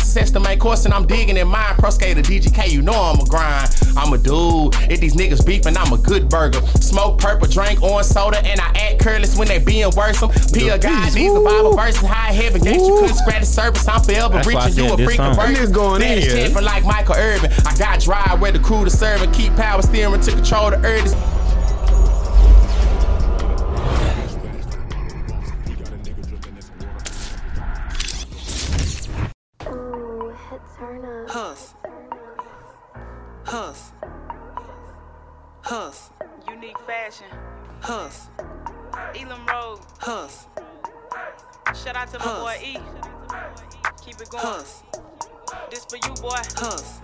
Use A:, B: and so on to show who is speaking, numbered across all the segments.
A: success to my course, and I'm digging in mine. Pro skater DGK, you know I'm a grind. I'm a dude. If these niggas beefing, I'm a good burger. Smoke purple, drink orange soda, and I act careless when they being worrisome. Peel God, these survival verses, high heaven games. You couldn't scratch the surface. I'm forever
B: That's why I
A: reaching you
B: said
A: a
B: this
A: freaking
B: song.
A: burger.
C: Them niggas going
A: That
C: in.
A: is different like Michael Irvin. I got drive where the crew to serve and keep power steering to control the urges.
D: Ooh, hits are not.
E: Huss. Huss. Huss.
F: Unique fashion.
E: Huss.
F: Elam Road.
E: Huss.
F: Shout out to my
E: Huh.
F: boy E. Keep it going.
E: Huss.
F: This for you, boy.
E: Huss.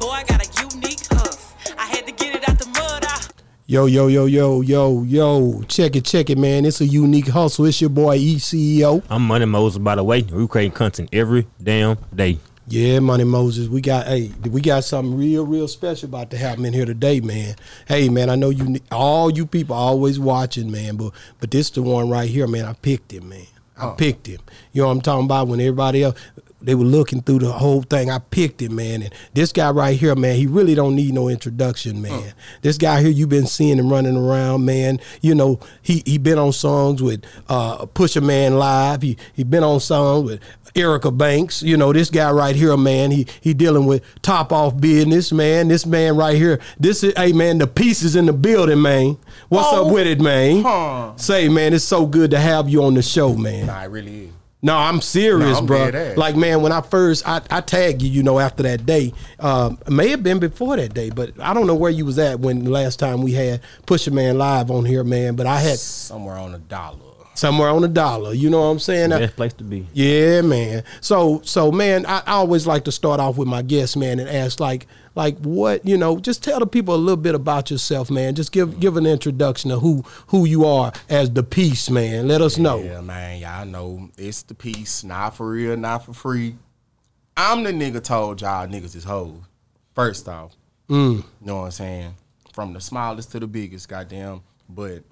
E: Boy, I got a unique huss. I had to get it out the mud. I
C: Yo, yo, yo, yo, yo, yo. Check it, check it, man. It's a unique hustle. It's your boy E ECEO.
B: I'm Money Moses, by the way. We creating content every damn day.
C: Yeah, Money Moses. We got hey, we got something real, real special about to happen in here today, man. Hey, man, I know you ne- all you people are always watching, man, but but this the one right here, man. I picked him, man. I picked him. You know what I'm talking about? When everybody else they were looking through the whole thing. I picked him, man. And this guy right here, man, he really don't need no introduction, man. This guy here, you've been seeing him running around, man. You know, he he been on songs with uh Pusha Man Live. He he been on songs with Erica Banks. You know, this guy right here, man, he he dealing with top off business, man. This man right here, this is hey man, the piece is in the building, man. What's
A: Oh.
C: up with it, man? Say, man, it's so good to have you on the show, man.
A: Nah, it really is.
C: No, I'm serious,
A: No, I'm
C: bro.
A: dead ass.
C: Like, man, when I first I, I tagged you, you know, after that day, um, it may have been before that day, but I don't know where you was at when the last time we had Pusha Man live on here, man. But I had
A: Somewhere on a dollar.
C: somewhere on a dollar. You know what I'm saying? I-
B: Best place to be.
C: yeah, man. So so man, I, I always like to start off with my guests, man, and ask like like what you know. Just tell the people a little bit about yourself, man. Just give give an introduction of who who you are as the piece, man. Let us know.
A: Yeah, man, y'all know it's the piece. Not for real, not for free. I'm the nigga told y'all niggas is hoes. First off,
C: Mm.
A: you know what I'm saying? From the smallest to the biggest, goddamn. But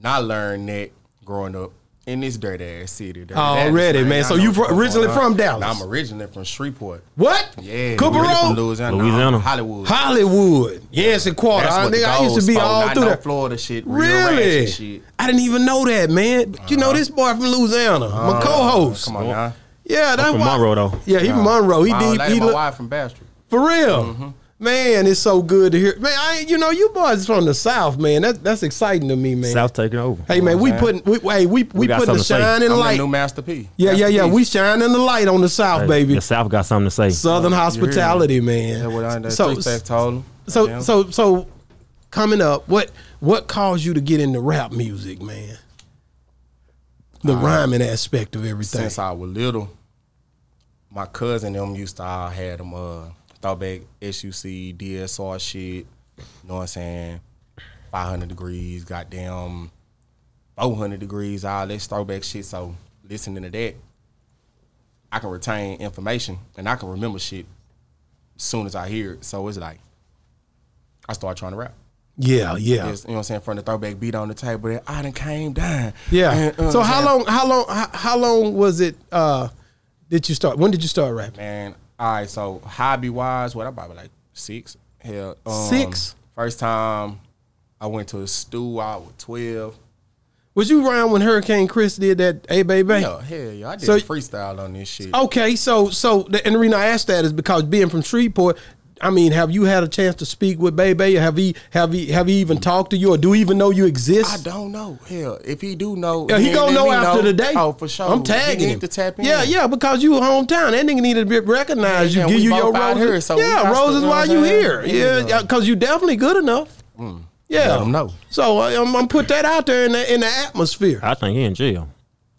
A: not learned that growing up in this dirty ass city. Dirty Dallas,
C: Already, Oh, man.
A: Y'all
C: So
A: know
C: you
A: what's
C: fro-
A: going
C: originally
A: on.
C: from Dallas?
A: I'm originally from Shreveport.
C: What?
A: Yeah,
C: Cooper
A: we really from
C: Road,
A: Louisiana,
B: Louisiana.
A: Hollywood.
C: Hollywood. Yes, and quarter.
A: That's
C: I,
A: what the
C: nigga, I used to
A: goals
C: be
A: for,
C: all
A: not
C: through
A: no
C: that.
A: Florida shit, real
C: Really?
A: ratchet shit. Uh-huh.
C: I didn't even know that, man. But you know this boy from Louisiana, my co-host.
A: Come on, now.
C: Yeah, that's
B: from
C: why-
B: Monroe, though.
C: Yeah, he from Monroe. He
A: my
C: deep.
A: old lady,
C: He
A: my
C: look,
A: wife from Bastrop.
C: For real.
A: Mm-hmm.
C: Man, it's so good to hear. Man, I you know you boys from the South, man. That, that's exciting to me, man.
B: South taking over.
C: Hey man, we putting we hey we we,
B: got
C: putting
B: something
C: the
B: to say.
C: shining
A: I'm
C: light.
A: the new Master P.
C: yeah, yeah,
A: Master
C: yeah.
A: P.
C: We shining the light on the South, baby.
B: The South got something to say.
C: Southern hospitality,
A: Yeah, what I
C: man.
A: that
C: So
A: three stacks taller.
C: so
A: Goddamn.
C: so so coming up, what what caused you to get into rap music, man? The
A: Uh,
C: rhyming aspect of everything.
A: since I was little, my cousin them used to all had them uh throwback SUC DSR shit. You know what I'm saying? 500 degrees, goddamn 400 degrees, all this throwback shit. So listening to that, I can retain information and I can remember shit as soon as I hear it. So it's like I start trying to rap.
C: yeah, yeah.
A: It's, you know what I'm saying? From the throwback beat on the table, that I done came down.
C: Yeah.
A: And, uh,
C: so how
A: man,
C: long? How long? How, how long was it? Uh, did you start? When did you start rapping?
A: Man, all right. So hobby wise, what I probably like six. Hell, um,
C: Six?
A: First time I went to a stew, I was twelve.
C: Was you around when Hurricane Chris did that? Hey, baby.
A: No, hell yeah, I did
C: So- Oh.
A: a freestyle on this shit.
C: Okay, so so the, and the reason I asked that is because being from Shreveport, I mean, have you had a chance to speak with Bebe? Or have he have he have he even talked to you, or do he even know you exist?
A: I don't know. Hell, if he do know,
C: Yeah, he
A: then
C: gonna
A: let
C: know
A: me
C: after the day.
A: Oh, for sure.
C: I'm
A: he
C: tagging
A: need
C: him.
A: To tap in.
C: Yeah, yeah, because you hometown. That nigga needed to be recognized.
A: Yeah,
C: you give
A: we
C: you your
A: both out
C: roses.
A: here, so we got
C: yeah,
A: to-
C: roses
A: you know
C: while
A: what
C: you
A: I'm saying?
C: here.
A: Yeah. Mm.
C: Yeah, because you definitely good enough. Yeah,
A: Let 'em know.
C: So I, I'm, I'm put that out there in the in the atmosphere.
B: I think he in jail.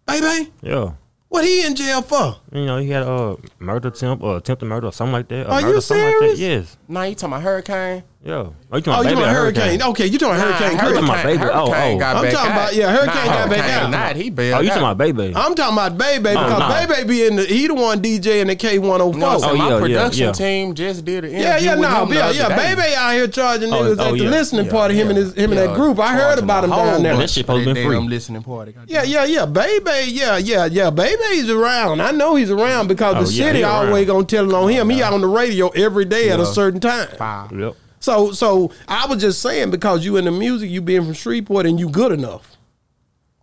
C: Baby,
B: Yeah.
C: what he in jail for? Oh,
B: You know, he had a uh, murder attempt or attempted murder or something like that. or
C: Are you
B: murder, something
C: serious?
B: Like that. Yes.
A: Now you talking about hurricane?
B: Yeah. Oh, you talking about
C: Oh, you
B: Baby
C: talking
B: or
C: about hurricane? Okay, you talking about hurricane? Chris.
B: Hurricane. my baby. Oh,
A: Hurricane
B: oh.
A: got
C: I'm
A: back
C: talking
A: out.
C: about- yeah, Hurricane
A: Nah,
C: got back
A: Hurricane
C: out.
A: Not he bailed
B: Oh, you
A: out.
B: talking about Baby?
C: I'm talking about Bay Bay
B: Oh,
C: because
B: nah.
C: Bay Bay be in the he the one DJ in the K one oh
A: No, so
B: Oh,
C: four.
A: my
B: yeah, yeah,
A: production
B: yeah.
A: team just did an interview
C: Yeah, yeah,
A: with
C: no,
A: him the
C: yeah,
A: other
C: yeah.
A: day.
C: Baby out here charging
B: Oh,
C: niggas at
B: oh,
C: the
B: yeah.
C: listening
A: Yeah,
C: party. Him
A: yeah,
C: and his him
A: yeah,
C: and that group. I heard
A: charging
C: about
A: a
C: him
A: whole
C: down there.
A: bunch
B: shit
A: for
B: supposed to
A: that
B: been free.
A: damn Listening party. Goddamn.
C: Yeah, yeah, yeah. Baby, yeah, yeah, yeah. Baby's around. I know he's around because
B: Oh,
C: the
B: yeah,
C: city
B: he around.
C: always gonna tell it on him. He out on the radio every day at a
A: Yeah.
C: certain time.
A: Five.
B: Yep.
C: So so I was just saying because you in the music, you being from Shreveport and you good enough.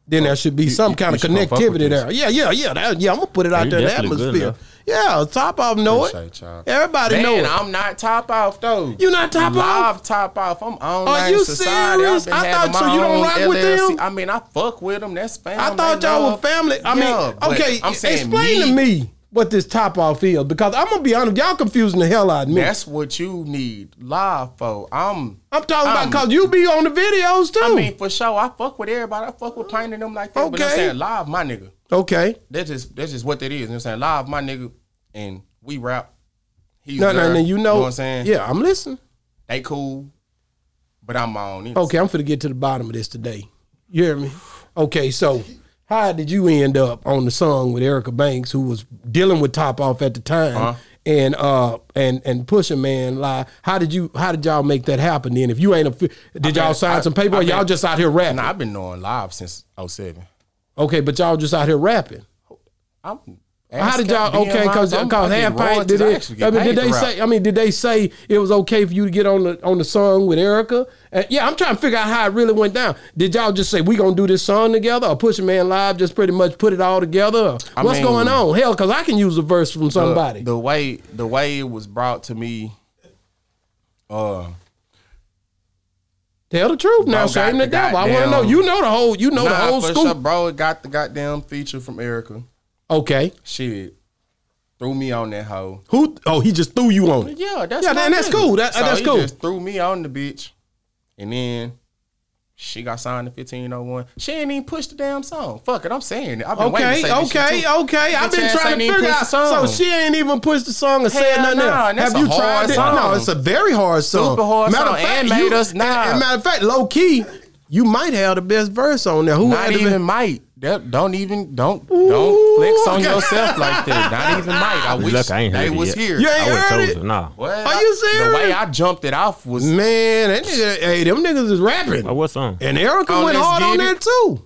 C: Then there should be some
A: you-
C: kind
A: you Oh,
C: of
A: should gonna fuck with
C: connectivity
A: this.
C: there. Yeah, yeah, yeah. that- yeah, I'm gonna put it out
B: you
C: there in the
B: definitely good
C: atmosphere. Yeah, top off know it.
A: Appreciate y'all.
C: Everybody
A: Man,
C: know it.
A: I'm not top off though.
C: You not top
A: Live
C: off?
A: top off. I'm on.
C: Are you
A: society. I've
C: serious?
A: been
C: I
A: having
C: thought so.
A: my
C: You don't
A: own
C: rock with
A: LLC.
C: them?
A: I mean, I fuck with them. That's family.
C: I thought y'all were family. I mean, okay,
A: I'm saying
C: explain to me what this top off is because I'm gonna be honest, y'all confusing the hell out of me.
A: That's what you need live for. I'm.
C: I'm talking about
A: I'm-
C: because you be on the videos too.
A: I mean, for sure, I fuck with everybody. I fuck with painting them like that. But I'm
C: Okay.
A: saying live, my nigga.
C: okay,
A: That's just that's just what that is. You know what I'm saying live, my nigga, and we rap. He's
C: no,
A: there.
C: no, no. You know,
A: what I'm saying?
C: Yeah, I'm listening.
A: they cool, but I'm on it.
C: Okay, I'm finna get to the bottom of this today. You hear me? Okay, so how did you end up on the song with Erica Banks, who was dealing with Top Off at the time,
A: Uh-huh.
C: and uh and and Pusha Man lie? How did you? How did y'all make that happen? Then, if you ain't a, fi- did y'all
A: been-
C: sign
A: I-
C: some paper?
A: I
C: or y'all
A: been-
C: just out here rapping?
A: Nah, I've been knowing live since 07.
C: okay, but y'all just out here rapping.
A: I'm.
C: How did y'all? Okay, because because half pint did it. I mean, did they say? I mean, did they say it was okay for you to get on the on the song with Erica? Uh, yeah, I'm trying to figure out how it really went down. Did y'all just say we gonna do this song together, or Push a Man Live just pretty much put it all together? Or What's
A: I mean-
C: going on? Hell, because I can use a verse from somebody.
A: The way the way it was brought to me, uh,
C: Tell the truth now,
A: Bro,
C: shame
A: got
C: the
A: the
C: devil. I want to
A: goddamn-
C: know. You know the whole. You know the
A: nah,
C: whole
A: for
C: scoop.
A: sure, bro. It got the goddamn feature from Erica.
C: Okay,
A: Shit, threw me on that hoe.
C: who? Oh, he just threw you on it.
A: Yeah, that's
C: Yeah,
A: my
C: then that's
A: nigga.
C: cool. That-
A: so
C: that's
A: he
C: cool.
A: Just threw me on the bitch, and then she got signed to fifteen oh one. She ain't even pushed the damn song. Fuck it, I'm saying it. I've been waiting to
C: Okay,
A: say this shit,
C: okay,
A: too.
C: okay. I've
A: Bitch
C: been
A: ass
C: trying
A: ain't
C: to
A: even
C: figure
A: pushed
C: out.
A: the song.
C: So she ain't even pushed the song or said
A: Hell
C: nothing
A: nah,
C: else.
A: and that's
C: Have you
A: a hard
C: tried it?
A: song.
C: No, it's a very hard song.
A: Super hard
C: matter
A: song,
C: Of fact,
A: and
C: you,
A: made us nah.
C: and- and matter of fact, low key, you might have the best verse on there. Who
A: Not
C: had the
A: even
C: best-
A: might. That- Don't even don't
C: Ooh,
A: don't flex on
C: okay.
A: yourself like that. Not even might. I wish
B: Look, I ain't
A: they
B: heard it
A: was
B: yet.
A: here.
C: You ain't
B: I would
C: heard
B: have
C: it?
B: told you. Nah.
A: Well,
C: Are
A: I-
C: you
A: The
C: serious?
A: way I jumped it off was
C: Man, that nigga, hey, them niggas is rapping.
B: Oh, what song?
C: And Erica
A: Oh,
C: went
A: Let's
C: hard
A: Get
C: on
A: It?
C: that too.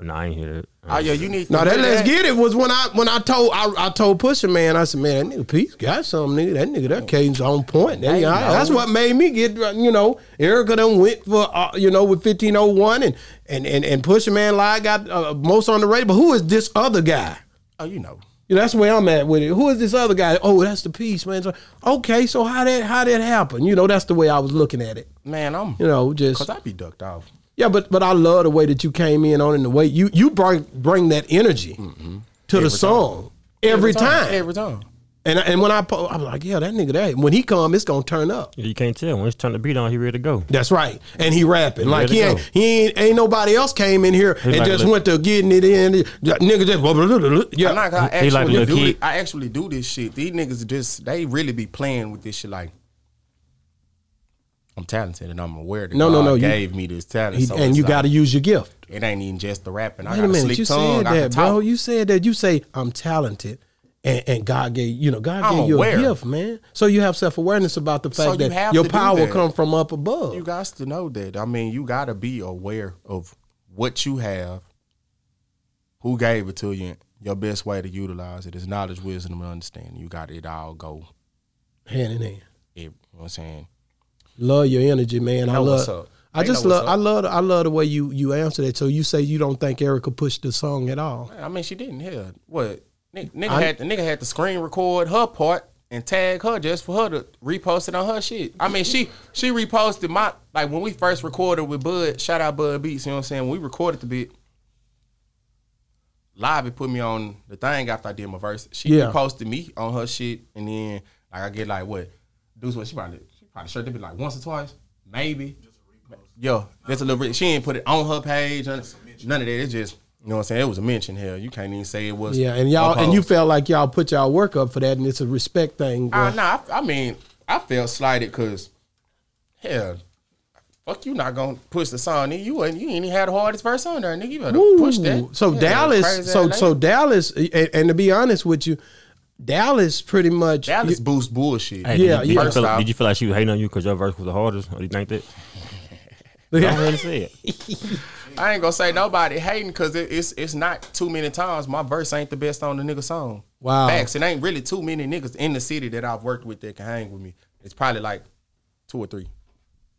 B: Nah, I ain't hear it.
A: Oh yeah, you need. to
C: Now that
A: do
C: let's get it was when I when I told I, I told Pusha man I said man that nigga Pete's got something nigga that nigga that cadence on point that,
A: Hey,
C: I- that's
A: no.
C: what made me get you know Erica done went for uh, you know with fifteen oh one and and and and Pusha man live got uh, most on the radio but who is this other guy
A: Oh, you know.
C: You know, that's where I'm at with it. Who is this other guy? Oh that's the piece man So, okay so how that how that happen you know that's the way I was looking at it
A: Man, I'm
C: you know just
A: because I be ducked off.
C: yeah, but but I love the way that you came in on it and the way you you bring bring that energy
A: Mm-hmm.
C: to the song every, time.
A: Every time.
C: And and when I po- I'm like, yeah, that nigga that when he come, it's gonna turn up.
B: You can't tell. When it's turned to beat on, he ready to go.
C: That's right. And he rapping like
B: ready
C: he
B: to
C: ain't
B: go.
C: he ain't, ain't nobody else came in here and
B: like,
C: just
B: look-
C: went to getting it in. That Nigga just blah, blah, blah, blah, yeah.
A: I'm not gonna
B: He- he
A: actually
B: like a little
A: do
B: kid.
A: it. I actually do this shit. These niggas just they really be playing with this shit like I'm talented and I'm aware that
C: No, no,
A: God
C: no, you-
A: gave me this talent.
C: He-
A: so
C: and
A: it's
C: you
A: like,
C: got to use your gift.
A: it ain't even just the rapping. I
C: Wait
A: got
C: a
A: a
C: minute,
A: sleep
C: you
A: tongue.
C: said
A: I can
C: that, bro.
A: talk.
C: You said that. You say I'm talented, and, and God gave you know God
A: I'm
C: gave you
A: aware.
C: a gift, man. So you have self awareness about the
A: So
C: fact
A: you
C: that
A: have
C: your
A: to do
C: power
A: that.
C: come from up above.
A: You got to know that. I mean, you got to be aware of what you have, who gave it to you, your best way to utilize it is knowledge, wisdom, and understanding. You got it all go.
C: hand in hand.
A: It, you know what I'm saying?
C: Love your energy, man. I
A: know
C: love.
A: what's up.
C: I
A: They
C: just
A: know what's
C: love.
A: up.
C: I love. I love the way you you answer that. So you say you don't think Erica pushed the song at all.
A: I mean, she didn't hear what nigga, nigga
C: I-
A: had. The nigga had to screen record her part and tag her just for her to repost it on her shit. I mean, she she reposted my like when we first recorded with Bud. Shout out Bud Beats. You know what I'm saying? When we recorded the bit. Live, it put me on the thing after I did my verse. She
C: Yeah.
A: reposted me on her shit, and then like I get like what, dudes what she probably she probably sure did it like once or twice, maybe. Yo, that's a little bit. She ain't put it on her page. None, none of that. It's just, you know what I'm saying? It was a mention. Hell, you can't even say it was.
C: Yeah, and y'all and
A: opposed.
C: you felt like y'all put y'all work up for that, and it's a respect thing.
A: Uh,
C: where-
A: nah, I, I mean, I felt slighted because Hell, fuck you not gonna push the song. Nigga. You ain't you ain't even had the hardest verse on there, nigga. You better push that.
C: So
A: Yeah,
C: Dallas,
A: crazy
C: so
A: ass
C: so
A: nigga.
C: Dallas, and, and to be honest with you, Dallas pretty much.
A: Dallas boost bullshit.
B: Hey, did
C: Yeah,
B: you- did, you
C: yeah.
B: feel,
A: First
B: did you feel like she was hating on you because your verse was the hardest? Or do you think that? I don't really say it.
A: I ain't gonna say nobody hating because it, it's it's not too many times. My verse ain't the best on the nigga song.
C: Wow.
A: Facts. It ain't really too many niggas in the city that I've worked with that can hang with me. It's probably like two or three.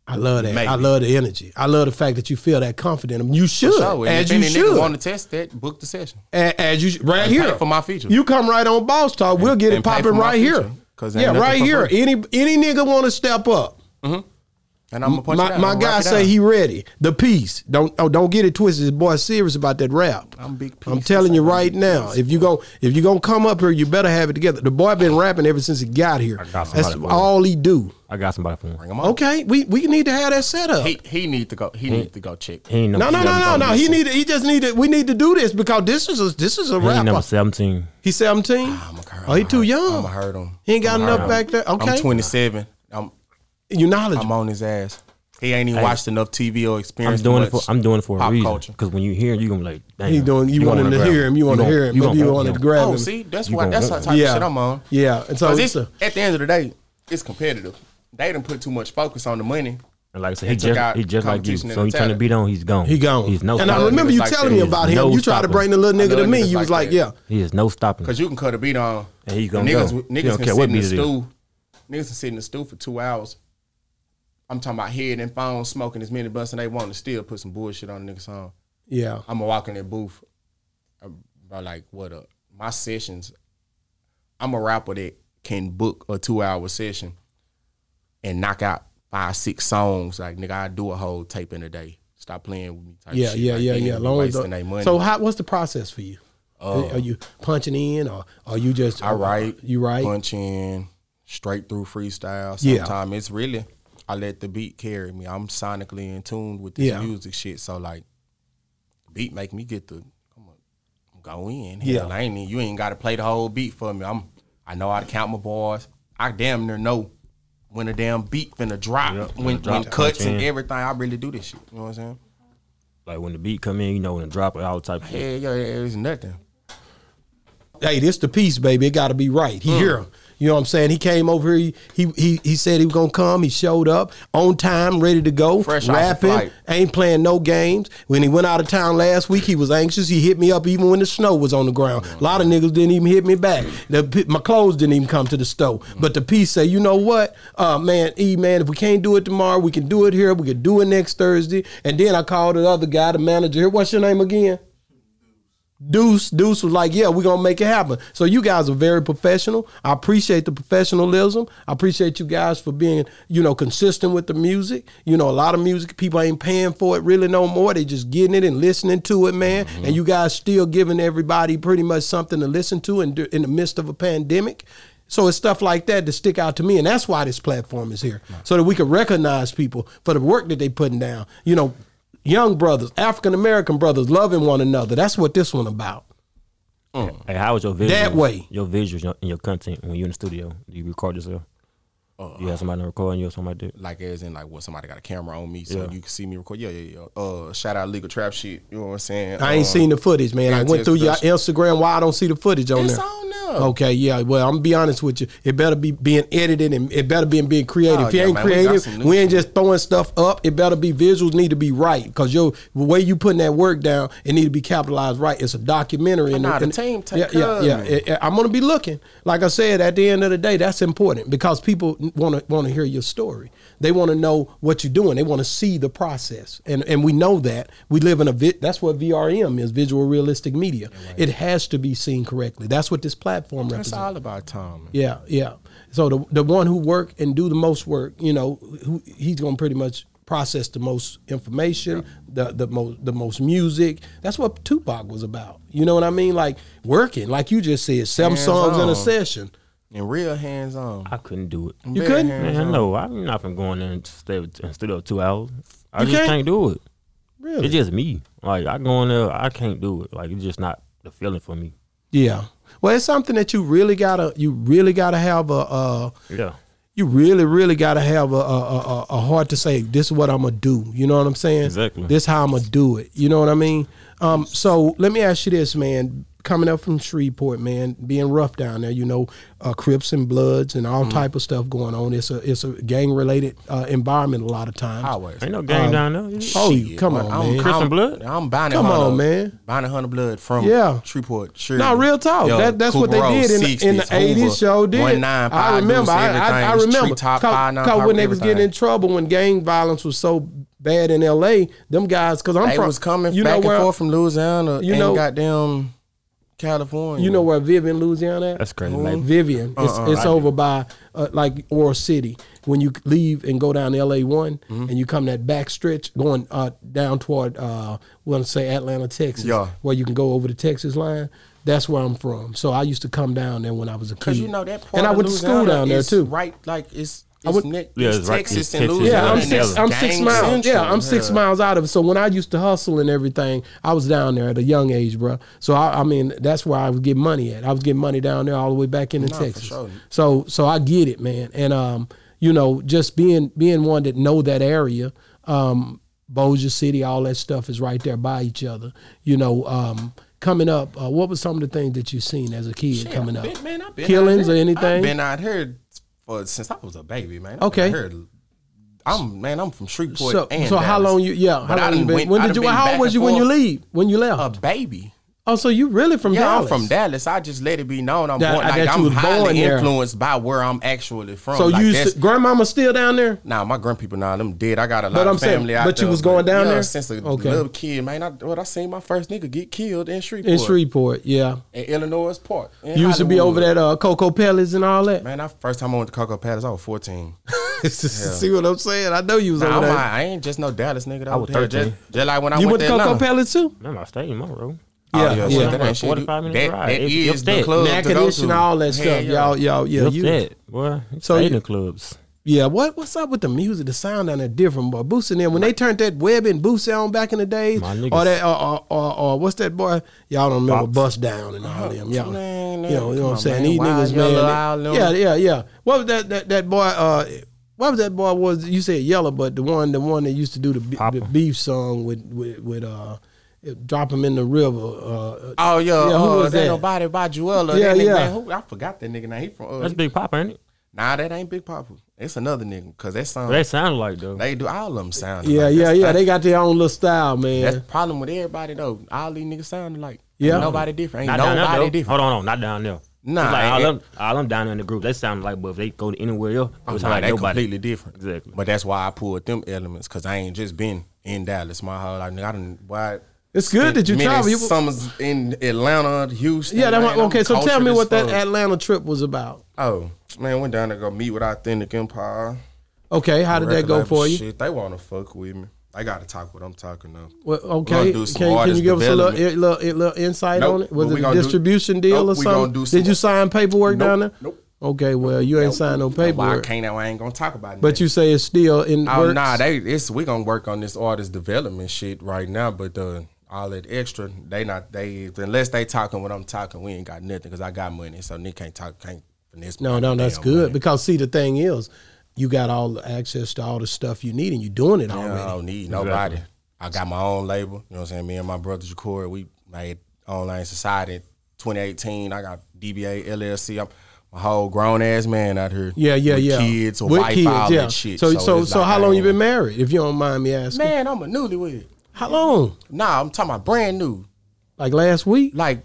C: I love that. I
A: Maybe.
C: love the energy. I love the fact that you feel that confident. I mean, you should,
A: So
C: as
A: if
C: you
A: any
C: should,
A: nigga want to test that, book the session.
C: A- as you sh- right
A: And
C: here
A: pay for my feature.
C: You come right on Boss Talk. we'll get it
A: and pay for
C: popping
A: my
C: right
A: feature,
C: here.
A: 'cause ain't
C: Yeah,
A: nothing
C: right
A: for
C: here.
A: free.
C: Any any nigga want to step up?
A: And I'm gonna punch it
C: my
A: out.
C: my
A: I'ma
C: guy
A: rock it
C: say
A: out.
C: he ready. The piece. Don't oh, don't get it twisted. This boy serious about that rap.
A: I'm big
C: I'm
A: piece.
C: telling you
A: I'm
C: right
A: big
C: now.
A: piece.
C: If you go if you gonna come up here, you better have it together. The boy
A: Oh.
C: been rapping ever since he got here.
B: got
C: That's
B: somebody for
C: all he do.
B: I got somebody for him.
A: Bring him on.
C: Okay, we we need to have that set up.
A: He he need to go. He need to go check.
B: He ain't
C: no, no, no, no, no. He need. to- He just need. to- We need to do this because this is a this is a
B: He ain't Ah,
C: rapper.
B: number seventeen.
C: He seventeen.
A: I'm a
C: Oh, he too young.
A: I'm gonna hurt him.
C: He ain't got
A: I'ma
C: enough
A: hurt him.
C: back there. Okay.
A: I'm 27. I'm
C: You knowledgeable.
A: I'm on his ass. He ain't even watched enough TV or
B: I'm
A: experienced.
B: doing it
A: much
B: for. I'm doing it for a
A: pop
B: reason.
A: culture.
B: Because when you hear, it, you gonna be like, damn.
C: He doing. You, want him
B: wanna
C: to
B: grab
C: hear him. You want to
B: gonna-
C: hear him. Maybe you
B: gonna
C: want to
B: him.
C: grab him.
A: Oh, see, that's
B: You
A: why
B: gonna
A: that's the
B: want
A: type of shit I'm on.
C: Yeah. And so
A: Cause
C: it's
A: it's,
C: a,
A: at the end of the day, it's competitive. They didn't put too much focus on the money.
B: And like I said,
A: They
B: he
A: took out
B: just, he just like you.
A: competition and
B: So you turn the
A: talent.
B: beat on, he's gone.
C: he gone.
B: He's no.
C: and I
B: stopping.
C: remember you
A: Niggas like
C: telling me
A: that.
C: about
B: There's no
C: him. You tried to
B: stopping.
C: bring the little
A: I
C: nigga
A: know
C: to me.
A: niggas
C: You was like,
A: like
C: yeah.
A: that.
B: He is no stopping.
A: Cause you can cut a beat on.
B: And he gonna
A: niggas,
B: go. He
A: Niggas
B: don't
A: can
B: care
A: sit
B: what
A: in the
B: beat it is.
A: stool. Niggas can sit in the stool for two hours. I'm talking about head and phone smoking as many busts and they want to still put some bullshit on the nigga song.
C: Yeah.
A: I'm gonna walk in that booth. I'm about like what up? My sessions. I'm a rapper that can book a two hour session and knock out five six songs. Like nigga, I do a whole tape in a day. Stop playing with me. Type
C: Yeah,
A: shit.
C: yeah,
A: Like,
C: yeah,
A: they
C: yeah.
A: niggas
C: Long as
A: wasting their money.
C: So, how, what's the process for you? Are- are you punching in, or are you just?
A: I write.
C: You write.
A: Punch in straight through freestyle.
C: Yeah.
A: Sometimes it's really I let the beat carry me. I'm sonically in tune with the
C: Yeah.
A: music shit. So like, beat make me get the I'm a, go in.
C: Yeah.
A: Hell, I ain't even- you ain't got to play the whole beat for me. I'm I know how to count my bars. I damn near know when a damn beat finna drop
B: Yep,
A: when
B: finna drop,
A: when cuts
B: punch
A: and
B: in.
A: everything. I really do this shit. You know what I'm saying?
B: Like when the beat come in, you know, when the drop, all type of shit.
A: Yeah, yeah, yeah. It's nothing.
C: hey, this the piece, baby. It got to be right.
A: Hmm.
C: He here. You know what I'm saying? He came over here. He, he he he said he was gonna come. He showed up on time, ready to go.
A: Fresh off the
C: rapping,
A: flight.
C: ain't playing no games. When he went out of town last week, he was anxious. He hit me up even when the snow was on the ground. A lot of niggas didn't even hit me back. The, p- my clothes didn't even come to the store.
A: Hmm.
C: But the piece say, you know what, uh, man, E man, if we can't do it tomorrow, we can do it here. We can do it next Thursday. And then I called the other guy, the manager here. What's your name again? Deuce, Deuce was like, "Yeah, we're gonna make it happen." So you guys are very professional. I appreciate the professionalism. I appreciate you guys for being, you know, consistent with the music. You know, a lot of music people ain't paying for it really no more. They just getting it and listening to it, man. And you guys still giving everybody pretty much something to listen to in, in the midst of a pandemic. So it's stuff like that that stick out to me, and that's why this platform is here, so that we can recognize people for the work that they putting down. You know, young brothers, African American brothers loving one another. That's what this one about.
B: Hey, how was your visuals?
C: That way.
B: Your visuals your, and your content when you in the studio. Do you record yourself?
C: Uh-uh.
B: you have somebody recording you or something like that?
A: like as in like what somebody got a camera on me so
B: Yeah.
A: you can see me record. Yeah, yeah, yeah. Uh, shout out legal trap shit. You know what I'm saying?
C: I ain't
A: Um,
C: seen the footage, man. I went
A: Contest
C: through your
A: production.
C: Instagram. Why I don't see the footage on
A: It's
C: there?
A: on there.
C: Okay, yeah. Well, I'm gonna be honest with you. It better be being edited and it better be being
A: Oh,
C: creative. if you
A: yeah,
C: ain't
A: man, we got
C: creative,
A: some
C: we,
A: new
C: ain't just throwing stuff up. It better be visuals need to be right because your the way you putting that work down, it need to be capitalized right. It's a documentary. and
A: not a
C: and-
A: team, take
C: yeah, yeah,
A: care of
C: yeah.
A: me.
C: It- it- I'm gonna be looking. Like I said, at the end of the day, that's important because people want to want to hear your story. They want to know what you're doing. They want to see the process, and and we know that we live in a vi- that's what VRM is, visual realistic media. It has to be seen correctly. That's what this platform
A: It's
C: represents.
A: all about time.
C: Yeah, yeah. So the the one who work and do the most work, you know, who, he's gonna pretty much process the most information, the the most the most music. That's what Tupac was about. You know what I mean? Like working, like you just said, seven
A: Hands
C: songs in a
A: on.
C: session.
A: And real hands on.
B: I couldn't do it.
C: You
A: Bare
C: couldn't?
A: hands
B: Man,
A: on.
B: no, I'm not from going in and stay in the studio two hours. I
C: You
B: just
C: can't?
B: can't? do it.
C: Really?
B: It's just me. Like I go in there, I can't do it. Like it's just not the feeling for me.
C: yeah. Well, it's something that you really gotta you really gotta have a. Uh,
B: Yeah.
C: you really, really got to have a, a, a, a heart to say, this is what I'm going to do. You know what I'm saying?
B: Exactly.
C: This how I'm going to do it. You know what I mean? Um, so let me ask you this, man. Coming up from Shreveport, man, being rough down there, you know, uh, Crips and Bloods and all type of stuff going on. It's a it's a gang related uh, environment a lot of times.
A: Highways.
B: Ain't no gang down there. is it?
C: Oh, you come on,
A: uh, I'm,
C: man.
B: Crips and Blood?
A: I'm buying
C: Come
A: Hunter,
C: on, man.
A: Buying Hunter Blood from
C: Yeah.
A: Shreveport. Sure.
C: No, real talk. that, that's what they did in, the- in the eighties. Show did.
A: One nine.
C: I remember. I, I, I remember.
A: Top
C: Cause-
A: five, nine,
C: cause
A: pop,
C: when they was
A: everything.
C: getting in trouble when gang violence was so bad in L.A., them guys. Because I'm
A: they
C: from.
A: was coming
C: you
A: back
C: know
A: and
C: where,
A: forth from Louisiana. You
C: you
A: know,
C: know-
A: and goddamn California.
C: You know where Vivian, Louisiana? At?
B: That's crazy. Like,
C: Vivian.
A: Uh-uh,
C: it's it's
A: I
C: over by uh, like Oral City. When you leave and go down LA one,
A: Mm-hmm.
C: and you come that back stretch going uh, down toward, uh, want to say Atlanta, Texas,
A: Yeah.
C: where you can go over the Texas line. That's where I'm from. So I used to come down there when I was a kid.
A: because you know that part.
C: and I
A: of
C: went to
A: Louisiana
C: school down there
A: is
C: too.
A: Right, like it's.
C: I
A: It's,
C: would-
A: Nick,
B: Yeah,
A: it's
B: it's right-
A: Texas
B: it's
A: and
B: Texas,
A: Louisiana.
C: Yeah, I'm
B: Yeah,
C: six.
B: yeah.
C: I'm six
A: Gang
C: miles.
A: central,
C: Yeah, I'm six
A: yeah.
C: miles out of it. So when I used to hustle and everything, I was down there at a young age, bro. So I, I mean, that's where I would get money at. I was getting money down there all the way back into
A: Nah, for
C: Texas.
A: sure.
C: So so I get it, man. And um, you know, just being being one that know that area, um, Bossier City, all that stuff is right there by each other. You know, um. Coming up, uh, what was some of the things that you seen as a kid coming up?
A: Been- man, I've been
C: Killings
A: out
C: or
A: here. I've
C: anything?
A: been out here for since I was a baby, man. I've
C: Okay.
A: Been out here. I'm man. I'm from Shreveport.
C: so,
A: and
C: so how
A: Dallas.
C: long you? Yeah, how
A: But I
C: long you
A: done
C: been?
A: went-
C: when
A: I
C: did
A: done
C: you? well,
A: been
C: How
A: back
C: old was
A: and
C: you when you
A: forth.
C: leave? When you left?
A: A baby.
C: Oh, so you really from
A: Yeah,
C: Dallas?
A: I'm from Dallas. I just let it be known I'm
C: That-
A: born,
C: I
A: like
C: bet you
A: I'm
C: was born
A: highly
C: there.
A: influenced by where I'm actually from.
C: So
A: like
C: you,
A: that's-
C: used to, grandmama's still down there?
A: Nah, my grandpeople, nah, them dead. I got a lot
C: But I'm
A: of
C: saying-
A: family out
C: but you
A: there,
C: was going down
A: yeah,
C: there?
A: since a
C: Okay.
A: little kid, man. I, what I seen my first nigga get killed in Shreveport,
C: In Shreveport, yeah.
A: in Illinois Park. in
C: You used to be
A: Hollywood.
C: over at uh, Coco Pellets and all that.
A: Man, I first time I went to Cocoa Palace, I was 14.
C: See what I'm saying? I know you was
A: Nah, I'm
C: over
A: like,
C: there.
A: I ain't just no Dallas nigga. I
B: was
A: was there.
B: 13.
A: Just, just like when I
C: You
A: went,
C: went to Coco
A: Atlanta.
C: Pellets too?
B: remember, I stayed in Monroe.
A: Oh,
C: Yeah,
A: so
C: yeah.
A: That,
B: Like
A: ain't shit.
B: 45 minute
A: that,
B: drive.
A: that
B: If-
A: is
B: if
A: the
B: that.
A: club Uh, to go
C: Natchitoches
A: to.
C: and all that stuff.
A: yeah.
C: Y'all, y'all, yeah.
B: Yep,
C: You,
B: that, boy.
C: So
B: So stayed
C: you-
B: in the clubs.
C: Yeah, what what's up with the music? The sound down there different, boy. Boosie and them when they turned that web and Boosie on back in the days,
B: My niggas.
C: or that or, or, or, or what's that boy? Y'all don't remember Bust Down and all them, y'all.
A: Oh, man,
C: you know, you know what I'm
A: come on,
C: saying?
A: man.
C: These
A: Wild
C: niggas,
A: Yellow
C: man.
A: Eye,
C: they-
A: them-
C: Yeah, yeah, yeah. What was that that that boy? Uh, what was that boy? Was you said yellow, but the one the one that used to do the, be-
B: Papa.
C: the beef song with with, with uh, drop him in the river. Uh,
A: Oh yeah,
C: Yeah, who
A: uh,
C: was
A: that?
C: that?
A: Nobody by Juella.
C: Yeah,
A: that nigga,
C: yeah.
A: Man, who, I forgot that nigga. Now he from. Uh,
B: That's Big Papa, ain't it?
A: nah, that ain't Big Papa. It's another nigga. Cause that sound.
B: But that sounded like though.
A: They do all of them sound.
C: yeah,
A: alike.
C: yeah,
A: That's-
C: yeah. They got their own little style, man.
A: That's the problem with everybody though. All these niggas sound like.
C: Yeah.
A: Yeah. Nobody different. Ain't
B: Not down there,
A: nobody
B: though.
A: different.
B: Hold on, hold on, not down there.
A: Nah,
B: It's like
A: ain't
B: all
A: it-
B: them, all them down there in the group, they sound like, but if they go to anywhere else, it
A: Oh,
B: sound
A: nah,
B: like
A: they
B: nobody.
A: completely different.
B: Exactly.
A: But that's why I pulled them elements because I ain't just been in Dallas my whole life. Nigga, I done why.
C: it's good that you
A: many
C: travel. You-
A: Summers in Atlanta, Houston.
C: yeah, that
A: man,
C: one,
A: I'm
C: okay. So tell
A: cultured
C: me
A: as
C: what that
A: fuck.
C: Atlanta trip was about.
A: Oh man, went down to go meet with Authentic Empire.
C: Okay, how did that
A: Record
C: go
A: label
C: for you?
A: Shit, they want to fuck with me. I got to talk what I'm talking of.
C: Well, okay,
A: gonna do some
C: can, can you
A: artist
C: give us a little, a
A: development.
C: little, a little insight
A: Nope,
C: on it?
A: but
C: Was
A: we
C: it a
A: gonna do-
C: distribution deal
A: Nope,
C: or
A: we gonna
C: something?
A: do some-
C: Did you sign paperwork
A: Nope,
C: down there?
A: nope.
C: Okay, well, you ain't signed no
A: Why I
C: paperwork,
A: can't? I ain't gonna talk about it.
C: but you say it's still in
A: Oh
C: works.
A: nah, they it's we gonna work on this artist development shit right now, but the all that extra, they not they unless they talking what I'm talking, we ain't got nothing because I got money, so Nick can't talk can't finesse.
C: no,
A: my
C: no, that's
A: damn
C: good
A: money.
C: because see, the thing is, you got all the access to all the stuff you need, and you're doing it
A: I
C: already.
A: don't need nobody. I got my own label. You know what I'm saying? Me and my brother Jacory, we made Online Society in 2018. I got DBA LLC. I'm a whole grown ass man out here.
C: Yeah, yeah,
A: with
C: yeah.
A: Kids or wife, all that shit.
C: So, so, so,
A: it's like,
C: how
A: I
C: long you
A: ain't-
C: been married? If you don't mind me asking,
A: Man, I'm a newlywed.
C: how long?
A: Nah, I'm talking about brand new.
C: Like last week?
A: Like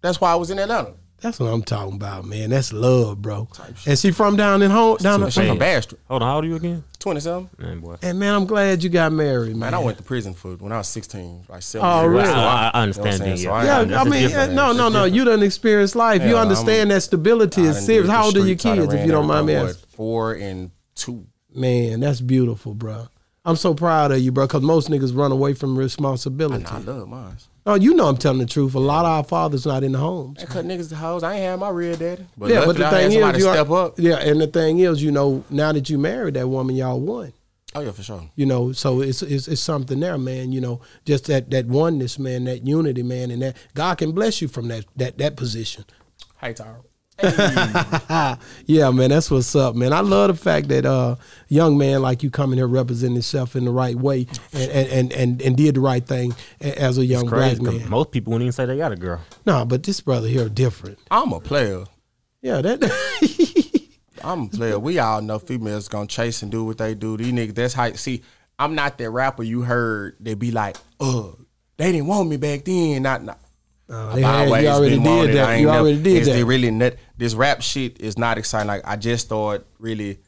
A: that's why I was in Atlanta.
C: That's what I'm talking about, man. That's love, bro. And she from down in home, down
B: too
C: in-
A: From
B: Yeah.
A: a bastard.
B: Hold on, how old are you again?
A: 27.
B: Man, boy.
C: And man, I'm glad you got married, man.
A: Man, I went to prison for when I was 16, like 17.
C: Oh,
A: years
C: really?
A: old.
B: Well, I- I
A: You know
B: understand
A: what I'm
B: that,
A: saying?
B: yeah.
A: So I-
C: yeah,
A: I-
C: I
A: that's
C: mean,
A: different,
C: yeah, no,
A: man.
C: no, no. You done experienced life. you
A: Hell,
C: understand that stability
A: I done
C: is serious.
A: did
C: How
A: the
C: old are your
A: streets. I done
C: kids, if
A: ran
C: you don't mind
A: everything,
C: me
A: what,
C: asking?
A: Four and two.
C: Man, that's beautiful, bro. I'm so proud of you, bro, because most niggas run away from responsibility.
A: And I love mine.
C: Oh, you know I'm telling the truth. A lot of our fathers not in the homes.
A: That cut niggas the hoes. I ain't had my real daddy. But
C: yeah, but the thing is,
A: somebody
C: you are-
A: step up.
C: yeah, and the thing is, you know, now that you married that woman, y'all won.
A: Oh yeah, for sure.
C: you know so it's, it's it's something there man you know just that that oneness man that unity man and that god can bless you from that that that position
A: Hey, Tyra.
C: yeah, man, that's what's up, man. I love the fact that uh young man like you coming here representing yourself in the right way and and and, and, and did the right thing a- as a young
B: Crazy.
C: black
B: 'cause
C: man. Ah,
B: Most people wouldn't even say they got a girl.
C: Nah, but this brother here different.
A: I'm a player.
C: Yeah, that
A: I'm a player. We all know females gonna chase and do what they do. These niggas, that's how. See, I'm not that rapper you heard. They be like, "Ugh, they didn't want me back then." Not, not.
C: they
A: I've
C: had- you
A: always
C: already
A: been
C: did
A: wanted.
C: that.
A: I ain't
C: You
A: never-
C: already did
A: it's-
C: that.
A: They really not, this rap shit is not exciting. Like I just started really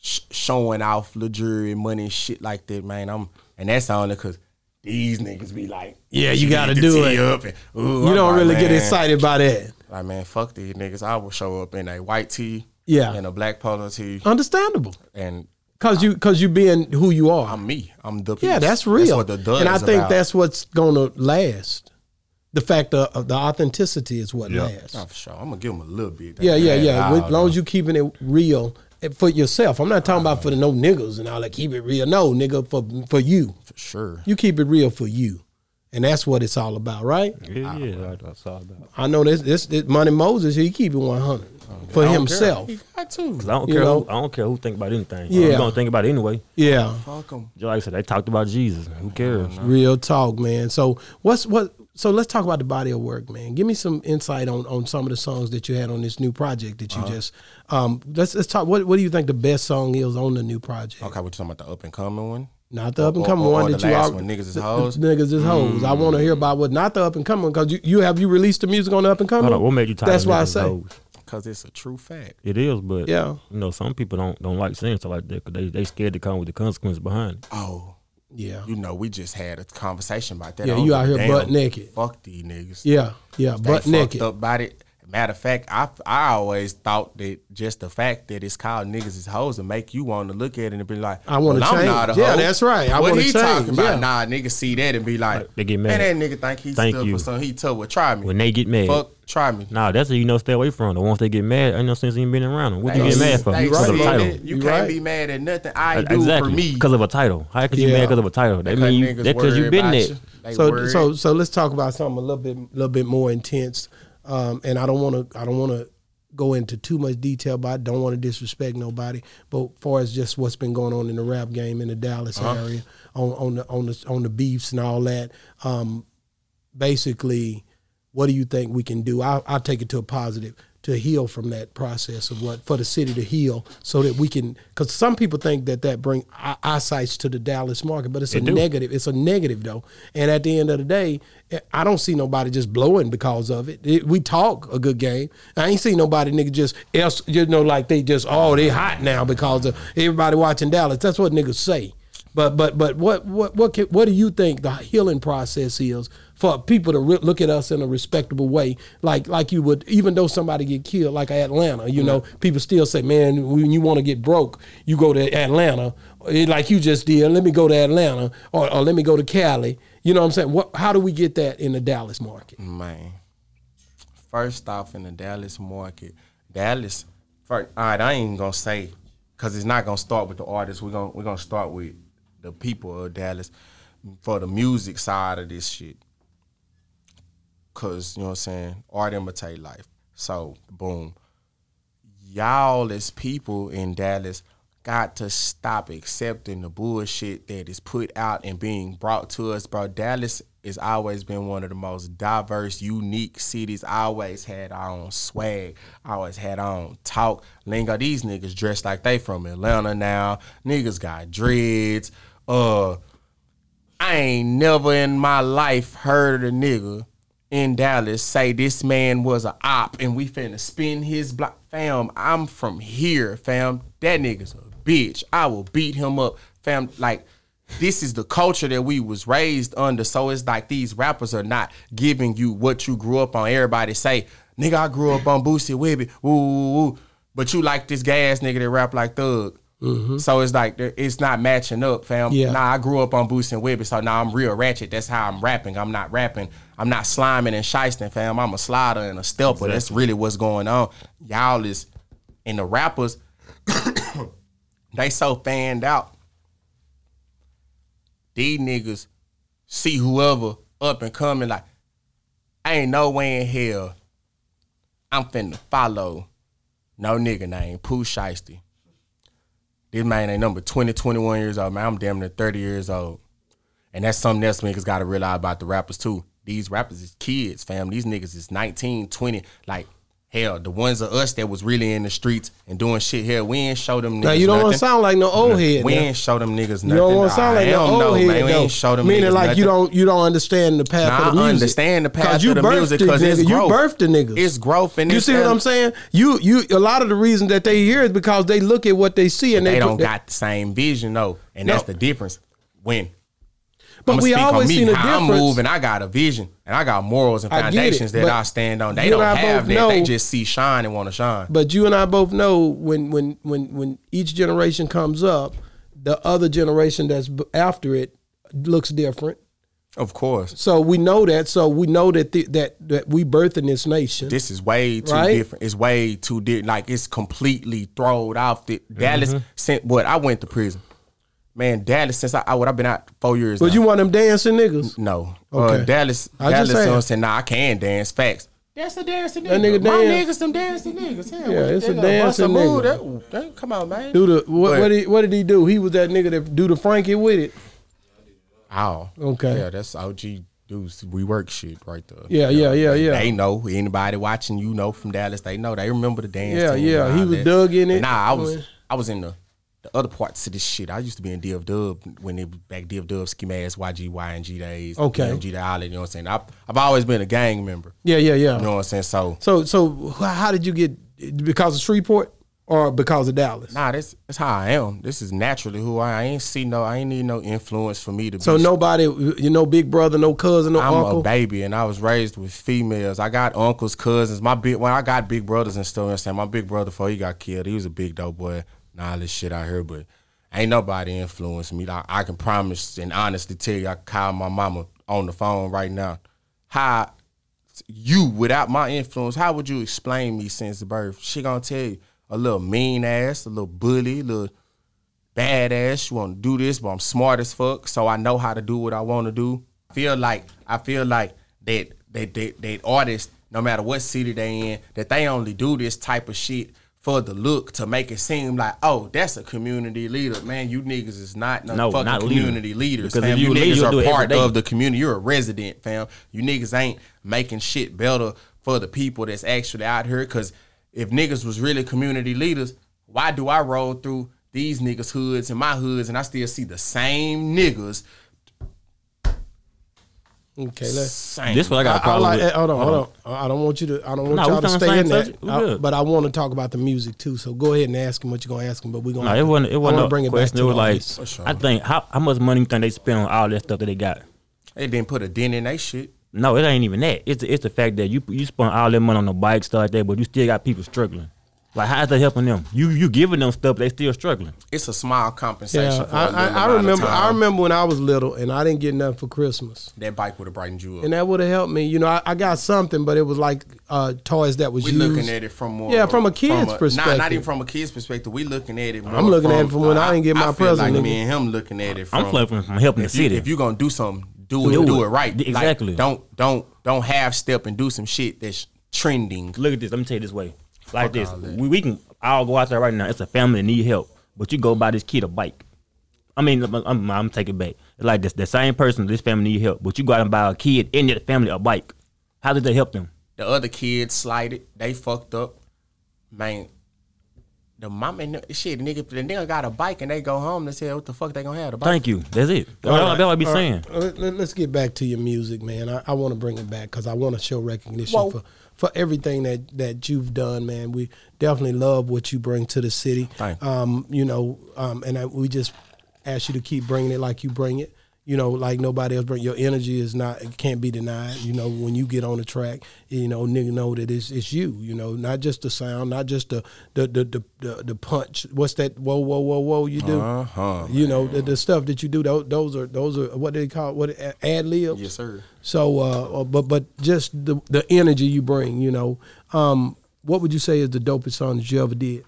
A: sh- showing off luxury, money, shit like that, man. I'm and that's only because these niggas be like,
C: Yeah, you
A: she
C: gotta
A: need to
C: do
A: tee
C: it.
A: Up and, ooh,
C: you
A: I'm
C: don't
A: like,
C: really get
A: man.
C: excited by that.
A: Like man, fuck these niggas. I will show up in a white tee,
C: Yeah.
A: and a black polo tee,
C: Understandable.
A: and
C: Cause you cause you being who you are.
A: I'm me. I'm the
C: Yeah,
A: piece.
C: that's real.
A: what the dud
C: and I
A: is
C: think
A: about.
C: that's what's gonna last. The fact of, of the authenticity is what lasts.
A: Nah, for sure. I'm gonna give him a little bit.
C: Yeah, Oh, yeah, yeah.
A: Nah,
C: As long as you keeping it real and for yourself. I'm not talking about for the no niggas and all that. Keep it real. No, nigga, for for you.
A: for sure.
C: You keep it real for you. And that's what it's all about, right?
B: Yeah, yeah, that's all about.
C: I know this this, this Money Moses, he keep it 100 for himself.
A: I too.
B: Cause I don't
C: You
B: care.
C: know?
B: Who, I don't care who think about anything.
C: Yeah.
B: I'm gonna think about it anyway.
C: Yeah.
A: Fuck him.
B: Just like I said, they talked about Jesus. Who cares?
C: Real talk, man. So what's what? So let's talk about the body of work, man. Give me some insight on on some of the songs that you had on this new project that you
A: Uh-huh.
C: just. Um, let's let's talk. What what do you think the best song is on the new project?
A: Okay, we're talking about the up and coming one.
C: Not the up and
A: Uh, Or-
C: coming
A: or-
C: one
A: or
C: that
A: the
C: you
A: last
C: are.
A: one, Niggas is hoes? Mm.
C: Niggas is hoes. I want to hear about what not the up and coming because you, you have you released the music on the up and coming.
B: Hold on, what made you tired?
C: That's
B: of
C: why I
B: niggas
C: say.
B: hoes?
A: Cause it's a true fact.
B: it is, but
C: Yeah.
B: you know, some people don't don't like saying stuff like that because they they scared to come with the consequence behind it.
A: Oh,
C: Yeah,
A: you know, we just had a conversation about that.
C: Yeah,
A: I don't
C: you
A: give
C: out
A: a
C: here
A: damn.
C: butt naked.
A: Fuck these niggas.
C: yeah, yeah.
A: They
C: Butt
A: fucked
C: naked.
A: up about it. Matter of fact, I I always thought that just the fact that it's called niggas is hoes and make you want to look at it and be like,
C: I wanna
A: well,
C: change.
A: I'm not a
C: Yeah,
A: hoe.
C: that's right. I
A: what
C: wanna
A: he
C: change,
A: talking about?
C: yeah.
A: Nah, niggas see that and be like,
B: They get mad.
A: Man, that nigga think he's
B: Thank
A: stuck
B: you.
A: for something. He tough. Well, try me.
B: When they get mad,
A: fuck, try me.
B: nah, that's how you know stay away from them. Once they get mad, ain't no sense even being around them. What you
A: They
B: get mad for?
A: see- they
B: Because of
A: see
B: a title. Uh,
A: that. You
C: You
A: can't
C: right.
A: be mad at nothing I do
B: Exactly.
A: for me.
B: Because of a title. How could you be
C: Yeah.
B: mad because of a title? That mean you,
A: niggas
B: that because
A: worried
B: you've been
A: about
B: there.
A: you. They
C: so
A: worried.
C: so so let's talk about something a little bit little bit more intense um and i don't want to i don't want to go into too much detail but i don't want to disrespect nobody but far as just what's been going on in the rap game in the dallas area on on the on the on the beefs and all that um basically what do you think we can do i i take it to a positive to heal from that process of what for the city to heal so that we can because some people think that that bring eye- eyesights to the dallas market but it's a
B: do.
C: negative it's a negative though and at the end of the day eh, i don't see nobody just blowing because of it, It- we talk a good game i ain't seen nobody nigga just else you know like they just oh they hot now because of everybody watching dallas that's what niggas say but but but what what what can, what do you think the healing process is for people to re- look at us in a respectable way, like like you would, even though somebody get killed, like Atlanta, you know, people still say, man, when you want to get broke, you go to Atlanta, eh, like you just did. Let me go to Atlanta, or, or let me go to Cali. You know what I'm saying? What? How do we get that in the Dallas market?
A: Man, first off, in the Dallas market, Dallas. First, all right, I ain't gonna say because it's not gonna start with the artists. We're gonna we're gonna start with the people of Dallas for the music side of this shit. Cause you know what I'm saying, art imitate life. So boom, y'all as people in Dallas got to stop accepting the bullshit that is put out and being brought to us, bro. Dallas has always been one of the most diverse, unique cities. I always had our own swag. I always had our own talk. Lingo, these niggas dressed like they from Atlanta now. Niggas got dreads. Uh I ain't never in my life heard a nigga in Dallas say this man was a op and we finna spin his block. Fam, I'm from here, fam. That nigga's a bitch. I will beat him up, fam. Like, this is the culture that we was raised under. So it's like these rappers are not giving you what you grew up on. Everybody say, nigga, I grew up on Boosie Webby. Woo, woo, woo. But you like this gas nigga that rap like thug. So it's like there- it's not matching up, fam.
C: Yeah.
A: Nah, I grew up on Boosie and Webby, so now I'm real ratchet. That's how I'm rapping. I'm not rapping. I'm not sliming and shysting, fam. I'm a slider and a stepper. That's really what's going on. Y'all is and the rappers, they so fanned out. These niggas see whoever up and coming like, ain't no way in hell I'm finna follow no nigga name, Pooh Shiesty. This man ain't number 20, 21 years old, man. I'm damn near 30 years old. And that's something else niggas gotta realize about the rappers too. These rappers is kids, fam. These niggas is 19, 20. Like, hell, the ones of us that was really in the streets and doing shit here, we ain't show them niggas.
C: Now you don't want
A: nothing.
C: to sound like no old head.
A: We
C: now.
A: ain't show them niggas nothing.
C: You don't want to sound like
A: I
C: no
A: don't
C: old
A: know,
C: head.
A: man. We
C: though.
A: ain't show them
C: Meaning
A: niggas
C: like you
A: nothing.
C: don't you don't understand the path
A: Nah,
C: of the
A: I
C: music.
A: understand the path
C: 'Cause
A: of
C: you
A: the
C: birthed
A: music
C: it,
A: 'cause it's
C: nigga.
A: growth.
C: You birthed the niggas.
A: It's growth and
C: You
A: it's
C: see what
A: that-
C: I'm saying? You you a lot of the reason that they hear is because they look at what they see and
A: They
C: they
A: don't got the same vision though, and that's
C: No.
A: the difference. When
C: But
A: I'ma
C: we
A: speak on
C: always
A: me,
C: seen a
A: how I
C: difference.
A: move and I got a vision and I got morals and
C: I get it,
A: foundations that
C: but
A: I stand on. They
C: you and
A: don't
C: I
A: have
C: both
A: that. They
C: know-
A: just see shine and want to shine.
C: But you and I both know when when when when each generation comes up, the other generation that's b- after it looks different.
A: Of course,
C: So we know that. So we know that the, that that we birthing this nation.
A: this is way too
C: Right?
A: different. It's way too different. Like it's completely thrown off. The
C: Mm-hmm.
A: Dallas sent what I went to prison. Man, Dallas since I, I what I've been out four years.
C: but
A: now.
C: you want them dancing niggas?
A: No.
C: Okay.
A: Uh, Dallas,
C: I
A: Dallas,
C: just
A: you know what I'm
C: said.
A: saying, nah, I can dance. Facts. That's a dancing
C: That
A: nigga.
C: nigga
A: My
C: dance.
A: niggas, some dancing niggas. Hell,
C: Yeah,
A: what you
C: it's a
A: think of? Bust
C: dancing
A: move, that-
C: nigga.
A: that- come on, man.
C: Do the what?
A: But-
C: What did, what did he do? He was that nigga that do the Frankie with it.
A: Ow.
C: Okay.
A: Yeah, that's OG dudes. We work shit right there.
C: Yeah, yeah, yeah, yeah.
A: They know. Anybody watching, you know, from Dallas, they know. They remember the dance.
C: Yeah,
A: team
C: yeah,
A: and
C: he
A: all
C: was
A: that.
C: Doug in
A: But
C: it.
A: Nah, I was,
C: Yeah.
A: I was in the. The other parts of this shit, I used to be in DF Dub when it was back DF Dub, Ski Mask, YG, YNG days,
C: Okay.
A: MG the Island, you know what I'm saying? I've, I've always been a gang member,
C: Yeah, yeah, yeah.
A: you know what I'm saying? So
C: So so wh- how did you get because of Shreveport or because of Dallas?
A: Nah, this that's how I am. This is naturally who I, I ain't see no I ain't need no influence for me to
C: So
A: be
C: nobody, you know, big brother, no cousin, no
A: I'm
C: uncle.
A: a baby and I was raised with females. I got uncles, cousins. My big when I got big brothers and stuff, you know what I'm saying my big brother before he got killed, he was a big dope boy and all this shit out here, but ain't nobody influenced me. Like I can promise and honestly tell you I call my mama on the phone right now. How you without my influence, how would you explain me since birth? She gonna tell you a little mean ass, a little bully, little badass. You want to do this, but I'm smart as fuck, so I know how to do what I want to do. I feel like I feel like that that that, that artist, no matter what city they in, that they only do this type of shit for the look to make it seem like, oh, that's a community leader. Man, you niggas is not no,
B: No,
A: fucking
B: not leader.
A: community leaders.
B: Because
A: fam.
B: if you
A: You
B: a leader,
A: niggas
B: you'll do
A: are
B: it every
A: part
B: day.
A: of the community. You're a resident, fam. You niggas ain't making shit better for the people that's actually out here. Cause if niggas was really community leaders, why do I roll through these niggas' hoods and my hoods and I still see the same niggas?
C: okay, let's.
A: Same.
B: This what I got a
C: I, I
B: problem
C: like,
B: with.
C: eh, hold on, hold on. I I don't want you to. I don't want
B: Nah, we
C: y'all to
B: still on the
C: stay in
B: same
C: that.
B: subject. We
C: I-
B: good.
C: but I want to talk about the music too. So go ahead and ask him what you're gonna ask him. But we're gonna.
B: Nah,
C: have
B: it
C: to-
B: wasn't. It
C: I
B: wasn't
C: wanna
B: a
C: bring it
B: question.
C: back
B: It
C: to
B: was
C: the
B: like,
C: audience.
B: I think how, how much money you think they spend on all that stuff that they got?
A: They didn't put a dent in that shit.
B: No, it ain't even that. It's the, it's the fact that you you spent all that money on the bike stuff like that, but you still got people struggling. Like how's that helping them? You you giving them stuff, they still struggling.
A: It's a small compensation.
C: Yeah,
A: for a
C: I,
A: little
C: I,
A: amount
C: I
A: of
C: remember. I
A: time.
C: remember when I was little and I didn't get nothing for Christmas,
A: that bike would have brightened you up.
C: and that would have helped me. You know, I, I got something, but it was like uh, toys that was
A: we
C: used.
A: looking at it from more
C: Yeah, from a kid's
A: from Not, not
C: perspective.
A: even from a kid's perspective. We looking at it. More
C: I'm looking at it from when I didn't get my
A: I feel
C: present,
A: Like
C: nigga.
A: me and him looking at it. From,
B: I'm playing from, from helping the
A: if you,
B: city.
A: if you gonna do something, do it,
B: Do
A: do,
B: it.
A: it right. Like,
B: Exactly.
A: don't don't don't half step and do some shit that's trending.
B: Look at this. Let me tell you this way. Like this,
A: all that.
B: we, we can all go out there right now. It's a family that need help, but you go buy this kid a bike. I mean, I'm, I'm, I'm taking it back. Like this, the same person, this family need help, but you go out and buy a kid in that family a bike. How did they help them?
A: The other kids slighted. They fucked up. Man, the mom and the, shit, the nigga, the nigga got a bike and they go home and say, "What the fuck they gonna have the bike?"
B: Thank you. That's it. That's all, that's all I be
C: All right,
B: saying.
C: Let, us get back to your music, man. I, I want to bring it back because I want to show recognition
A: Whoa.
C: for, for everything that, that you've done, man. We definitely love what you bring to the city.
A: Thank you.
C: Um, you know, um, and I, we just ask you to keep bringing it like you bring it. You know, like nobody else bring your energy is not it can't be denied. You know, when you get on the track, you know, nigga know that it's it's you. You know, not just the sound, not just the the the the, the, the punch. What's that? Whoa, whoa, whoa, whoa! You do
A: Uh-huh.
C: you know the, the stuff that you do those, those are those are what they call what ad libs
A: Yes, sir.
C: so uh uh, but but just the the energy you bring you know um what would you say is the dopest song that you ever did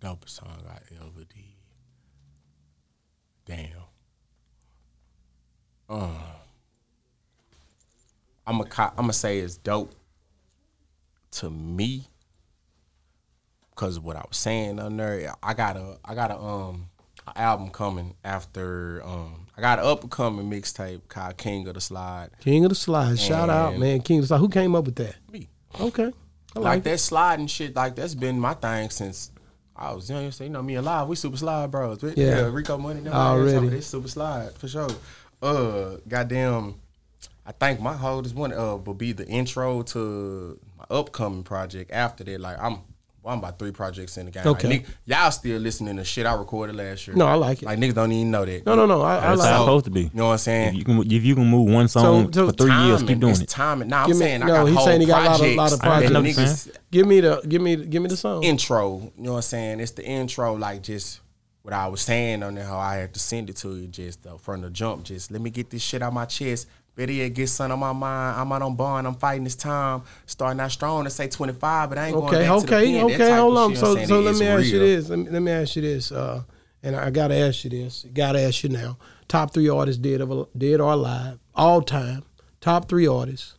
A: Dopest song I ever did. Damn. Uh, I'm a cop. I'm gonna say it's dope to me because what I was saying on there, I got a I got a um a album coming after um I got an up and coming mixtape called King of the Slide.
C: King of the Slide. Shout out,
A: And-
C: man. King of the Slide. Who came up with that?
A: Me.
C: Okay. I
A: Like,
C: like that.
A: that sliding shit, like that's been my thing since I was young. So, you know me and Live, we super slide bros. We-
C: Yeah. Oh,
A: Yeah, Rico Money, them
C: Already.
A: Already. they super slide for sure. Uh, goddamn, I think my hardest one uh will be the intro to my upcoming project. After that, like I'm. well, I'm about three projects in the game.
C: Okay.
A: Like, nigg- y'all still listening to shit I recorded last year.
C: No, I like it.
A: Like niggas don't even know that.
C: No, no, no. I, I
B: That's how it's
C: like
B: supposed to be.
A: You know what I'm saying?
B: If you can, if you can move one song
C: so
B: for three years, keep
A: Timing.
B: doing
A: it's
B: it.
A: Timing. Nah, I'm
C: Give me-
A: saying I
C: no,
A: got
C: he's
A: whole
C: saying he got a lot of- lot of
A: projects. I think
B: projects.
A: niggas-
C: Give me the give me give me the song.
A: intro. You know what I'm saying? It's the intro, like just what I was saying on there, how I had to send it to you just uh, from the jump. Just let me get this shit out my chest. Better yet, get something on my mind. I'm out on bond. I'm fighting this time. Starting out strong to say 25, but I ain't
C: okay,
A: going back to the
C: okay,
A: pen. That
C: okay.
A: type of
C: Hold on.
A: shit, you know what
C: So
A: I'm
C: so
A: saying?
C: let
A: It's
C: me ask you
A: real.
C: this. Let me, let me ask you this. Uh, and I gotta ask you this. Gotta ask you now. Top three artists dead of dead or alive all time. Top three artists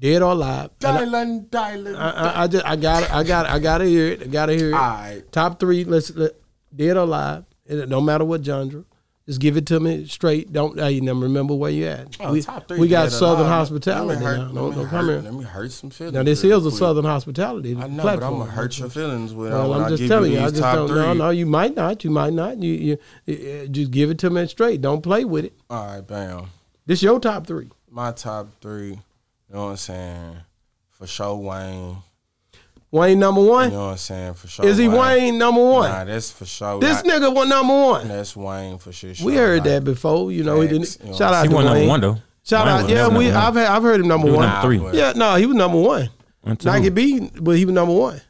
C: dead or alive. And I-
A: Dylan, Dylan.
C: I, I, I just I got I got I gotta hear it. I gotta hear it.
A: Alright.
C: Top three. Let's let, dead or alive. It, no matter what genre, just give it to me straight. Don't I never remember where you at.
A: Oh,
C: we,
A: top three
C: we got
A: dead
C: Southern
A: alive.
C: hospitality
A: Let me hurt-
C: now. Don't,
A: let me
C: don't come
A: hurt-
C: here.
A: Let me hurt some feelings.
C: Now this
A: real
C: is a
A: quick.
C: Southern hospitality
A: I know,
C: platform.
A: but I'm gonna hurt your feelings when, I-
C: Well,
A: when
C: I'm
A: I
C: just
A: give
C: telling
A: you
C: you.
A: these
C: I just
A: top
C: don't.
A: three.
C: No, no, you might not. You might not. You you eh, eh, just give it to me straight. Don't play with it.
A: All right, bam.
C: This your top three.
A: My top three. You know what I'm saying? For sure, Wayne.
C: Wayne number
A: You
C: one.
A: know what I'm saying? For sure.
C: Is he Wayne number one?
A: Nah, that's for sure.
C: this
A: That-
C: nigga was number one.
A: That's Wayne for sure.
C: We
A: sure.
C: heard
A: Like,
C: that before, you know. He
A: Facts,
C: didn't.
A: you know.
C: Shout out
B: He
C: to
B: wasn't number
C: Wayne.
B: one though.
C: Shout
B: Wayne
C: out,
B: was
C: yeah,
B: number
C: we.
B: one.
C: I've had, I've heard him number
B: He was
C: one.
B: number three.
A: but-
C: Yeah, no, he was number one.
B: One, two.
C: Nike B, but he was number one.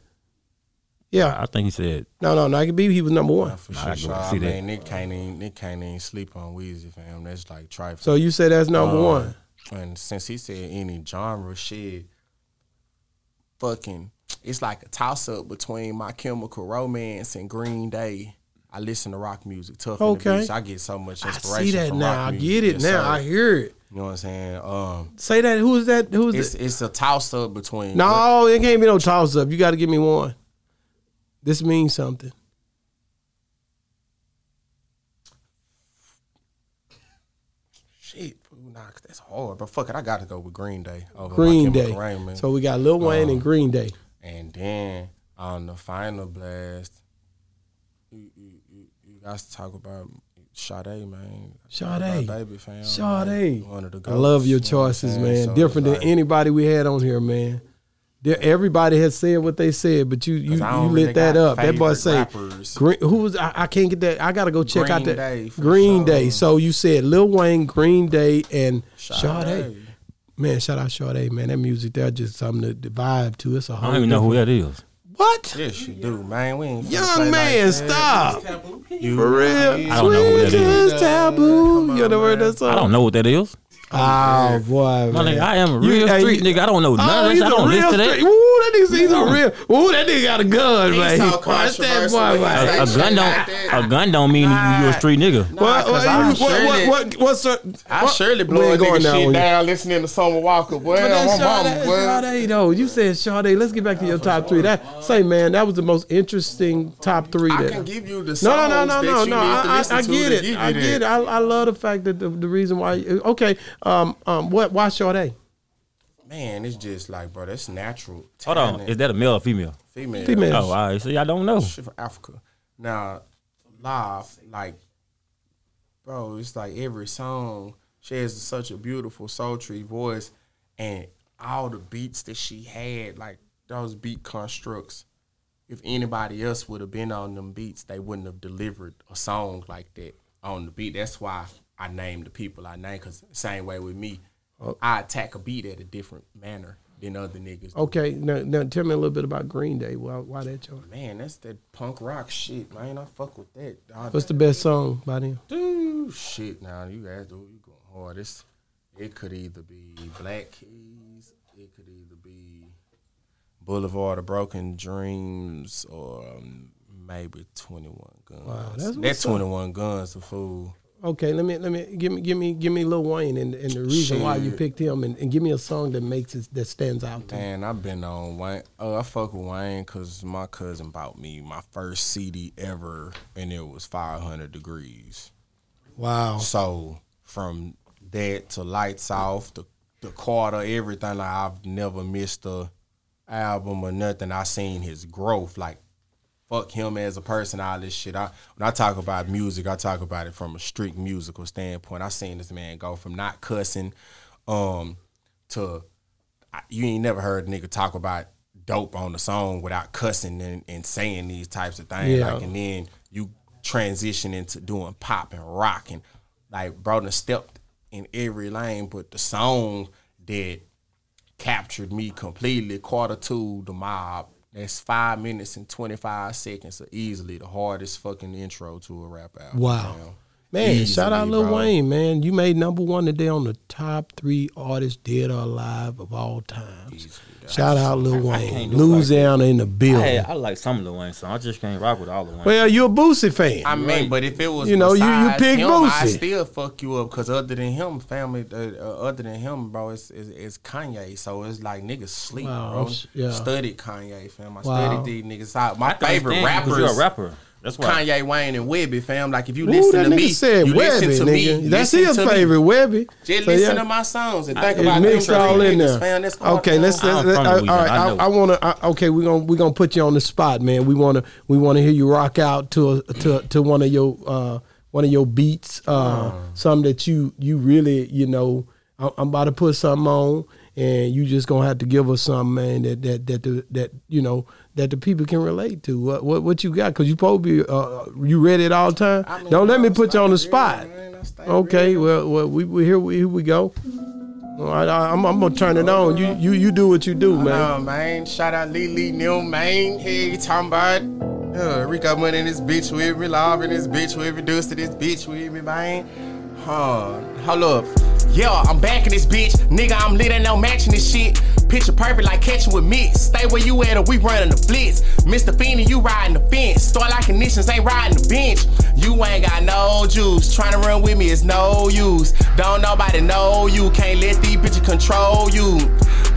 C: Yeah,
B: I think he said
C: no, no, Nike B, he was number one.
A: For
B: Nah,
A: sure.
B: I can
A: sure. I
B: see that.
A: mean, they can't even they can't even sleep on Weezy, fam. That's like trifling.
C: So you say that's number
A: Um,
C: one.
A: And since he said any genre shit, fucking, it's like a toss up between My Chemical Romance and Green Day. I listen to rock music, tough. Okay.
C: Okay.
A: The beach. I get so much
C: I
A: inspiration.
C: see that
A: from
C: now.
A: rock
C: I
A: music.
C: get it
A: Yes,
C: now.
A: sir.
C: I hear it.
A: you know what I'm saying? Um,
C: Say that. Who's that? Who's
A: it's
C: that?
A: it's a toss up between
C: No, it can't be no toss up. You got to give me one. This means something.
A: Oh, Shit, ooh, nah, 'cause that's hard. But fuck it, I gotta go with Green Day. Over
C: Green
A: My
C: Day.
A: Chemical Romance.
C: So we got
A: Oh.
C: Lil Wayne and Green Day.
A: and then on the final blast, you you you, you guys talk about Sade, man.
C: Sade.
A: My baby fam.
C: Sade.
A: like, one of the
C: I love
A: goats,
C: your
A: you know what I'm
C: choices,
A: saying?
C: man.
A: So,
C: Different
A: like,
C: than anybody we had on here, man. There, everybody has said what they said, but you you, you
A: 'Cause I don't
C: lit
A: really
C: that
A: got
C: up. That boy
A: favorite
C: say,
A: rappers.
C: Green, "Who was I, I? can't get that. I gotta go check out
A: Green
C: that
A: Day, for
C: Green
A: sure.
C: Day." So you said Lil Wayne, Green Day, and
A: Sade.
C: Sade. Man, shout out Sade, man. That music there just something to the vibe to. It's a
B: I
C: whole
B: don't even know who that is.
C: What?
A: Yes, you do, man. We ain't finna play
C: Young
A: like
C: man,
A: that.
C: stop.
A: You-
C: For real.
B: I don't know who that
C: Sweet
B: is.
C: as taboo. You know where that's
B: I don't know what that is.
C: Oh boy,
B: My
C: man.
B: nigga, I am a
C: You-
B: real
C: hey,
B: street
C: you-
B: nigga. I don't know none
C: Oh,
B: of
C: he's
B: that. I
C: a
B: don't
C: real
B: listen to
C: straight.
B: that.
C: Ooh, that nigga's he's a real. Ooh, that nigga got a gun,
A: He's
C: man.
A: so
C: Watch that
A: controversial,
C: boy,
A: he's
C: man.
A: like-
B: A, a gun don't. A gun don't mean you, you a street nigga.
C: What, what,
A: 'cause I
C: you- what,
A: surely-
C: what, what, what's up?
A: I
C: what?
A: surely
C: We
A: blow a
C: ain't
A: nigga
C: down
A: shit
C: with you.
A: down listening to Summer Walker. Boy,
C: But
A: my
C: that's
A: mama,
C: Sade,
A: boy.
C: Sade, though. You said Sade. Let's get back to your top three. That say, man, that was the most interesting top three.
A: I
C: that-
A: can give you the songs
C: No, no, no, no, no,
A: that you
C: no.
A: need to
C: I,
A: listen
C: I, I
A: to
C: get
A: to
C: it.
A: give you
C: I
A: that.
C: get it. I, I love the fact that the, the reason why. Okay, um, um, what? Why Sade?
A: Man, it's just like, bro, that's natural.
B: Hold on,
A: Talent.
B: is that a male or female?
A: female?
C: Female.
B: Oh, all right. See, I don't know.
A: Shit from Africa. Now, live, like, bro, it's like every song. She has such a beautiful, sultry voice, and all the beats that she had, like those beat constructs. If anybody else would have been on them beats, they wouldn't have delivered a song like that on the beat. That's why I named the people I named, because same way with me, I attack a beat at a different manner than other niggas. do.
C: Okay, now, now tell me a little bit about Green Day. Why, why that choice?
A: Man, that's that punk rock shit, man. I fuck with that. dawg.
C: What's the best song by them?
A: Dude, shit. Now you guys, dude, you going hard. It's, it could either be Black Keys, it could either be Boulevard of Broken Dreams, or um, maybe Twenty One Guns.
C: Wow, that's what's
A: that
C: up.
A: Twenty One Guns, a fool.
C: Okay, let me let me give me give me give me Lil Wayne and, and the reason why you
A: Shit.
C: picked him and, and give me a song that makes it that stands out to me.
A: Man, I've been on Wayne. Uh, I fuck with Wayne because my cousin bought me my first CD ever, and it was 500 degrees.
C: Wow.
A: So from that to lights off, the the quarter, everything like I've never missed a album or nothing. I seen his growth, like fuck him as a person, all this shit. I when I talk about music, I talk about it from a strict musical standpoint. I seen this man go from not cussing, um, to I- you ain't never heard a nigga talk about dope on the song without cussing and, and saying these types of things.
C: Yeah.
A: Like, and then you transition into doing pop and rock and like bro done stepped in every lane, but the song that captured me completely, quarter to the mob. That's five minutes and twenty five seconds of easily the hardest fucking intro to a rap album.
C: Wow.
A: you know?
C: Man, shout out
A: Easily,
C: Lil
A: bro.
C: Wayne, man. You made number one today on the top three artists dead or alive of all time. Shout out Lil Wayne.
B: can't do it like
C: Louisiana in the
B: I,
C: building.
B: had- I like some Lil Wayne songs. I just can't rock with all Lil Wayne.
C: well, you're a Boosie fan.
A: I mean, but if it was
C: You know, you- you
A: besides
C: pick
A: him, I
C: Boosie.
A: still fuck you up because other than him, family, uh, uh, other than him, bro, it's, it's, it's Kanye. So it's like niggas sleep,
C: Wow,
A: bro.
C: I'm s- yeah.
A: Studied Kanye, fam. I
C: Wow.
A: studied these niggas. out. my
B: I can
A: favorite
B: understand 'cause
A: rappers,
B: You're a rapper. That's why.
A: Kanye, Wayne, and Webby, fam. Like if you
C: Ooh,
A: listen
C: that
A: to
C: nigga
A: me,
C: said
A: you
C: Webby,
A: listen to
C: nigga.
A: me.
C: That's
A: listen
C: his
A: to me.
C: favorite, Webby.
A: Just
C: So,
A: listen
C: yeah.
A: to my songs and
C: It's
A: think about
C: mixed
A: them
C: all
A: three
C: in
A: niggas,
C: there.
A: fam. That's called-
C: okay, let's
B: I'm
C: let's,
B: from
C: let's- all
B: Louisiana,
C: right.
B: I
C: I,
B: know.
C: I want to. Okay, we're gonna we're gonna put you on the spot, man. We want to we want to hear you rock out to a, to to one of your uh, one of your beats,
A: Ah.
C: uh, some that you you really you know. I, I'm about to put something on, and you just gonna have to give us something, man. That that that the, that you know that the people can relate to. What what, what you got? Cause you probably uh, you ready at all time.
A: I mean,
C: Don't let me
A: I
C: put you on the
A: stay real,
C: spot.
A: man. I stay
C: Okay,
A: real.
C: well, well we, we here we here we go. All right, I, I'm, I'm gonna turn it on. You you you do what you do, man.
A: Nah, man. Shout out Lee Lee Neil, man. Hey, you talking about uh, Rico Money in this bitch with me, Love in this bitch with me, Deuce to this bitch with me, man. Huh, hold up. Yeah, I'm back in this bitch. Nigga, I'm lit and no matching this shit. Picture perfect like catching with mitts. Stay where you at or we running the blitz. Mr. Feeney, you riding the fence. Store like conditions ain't riding the bench. You ain't got no juice. Trying to run with me is no use. Don't nobody know you. Can't let these bitches control you.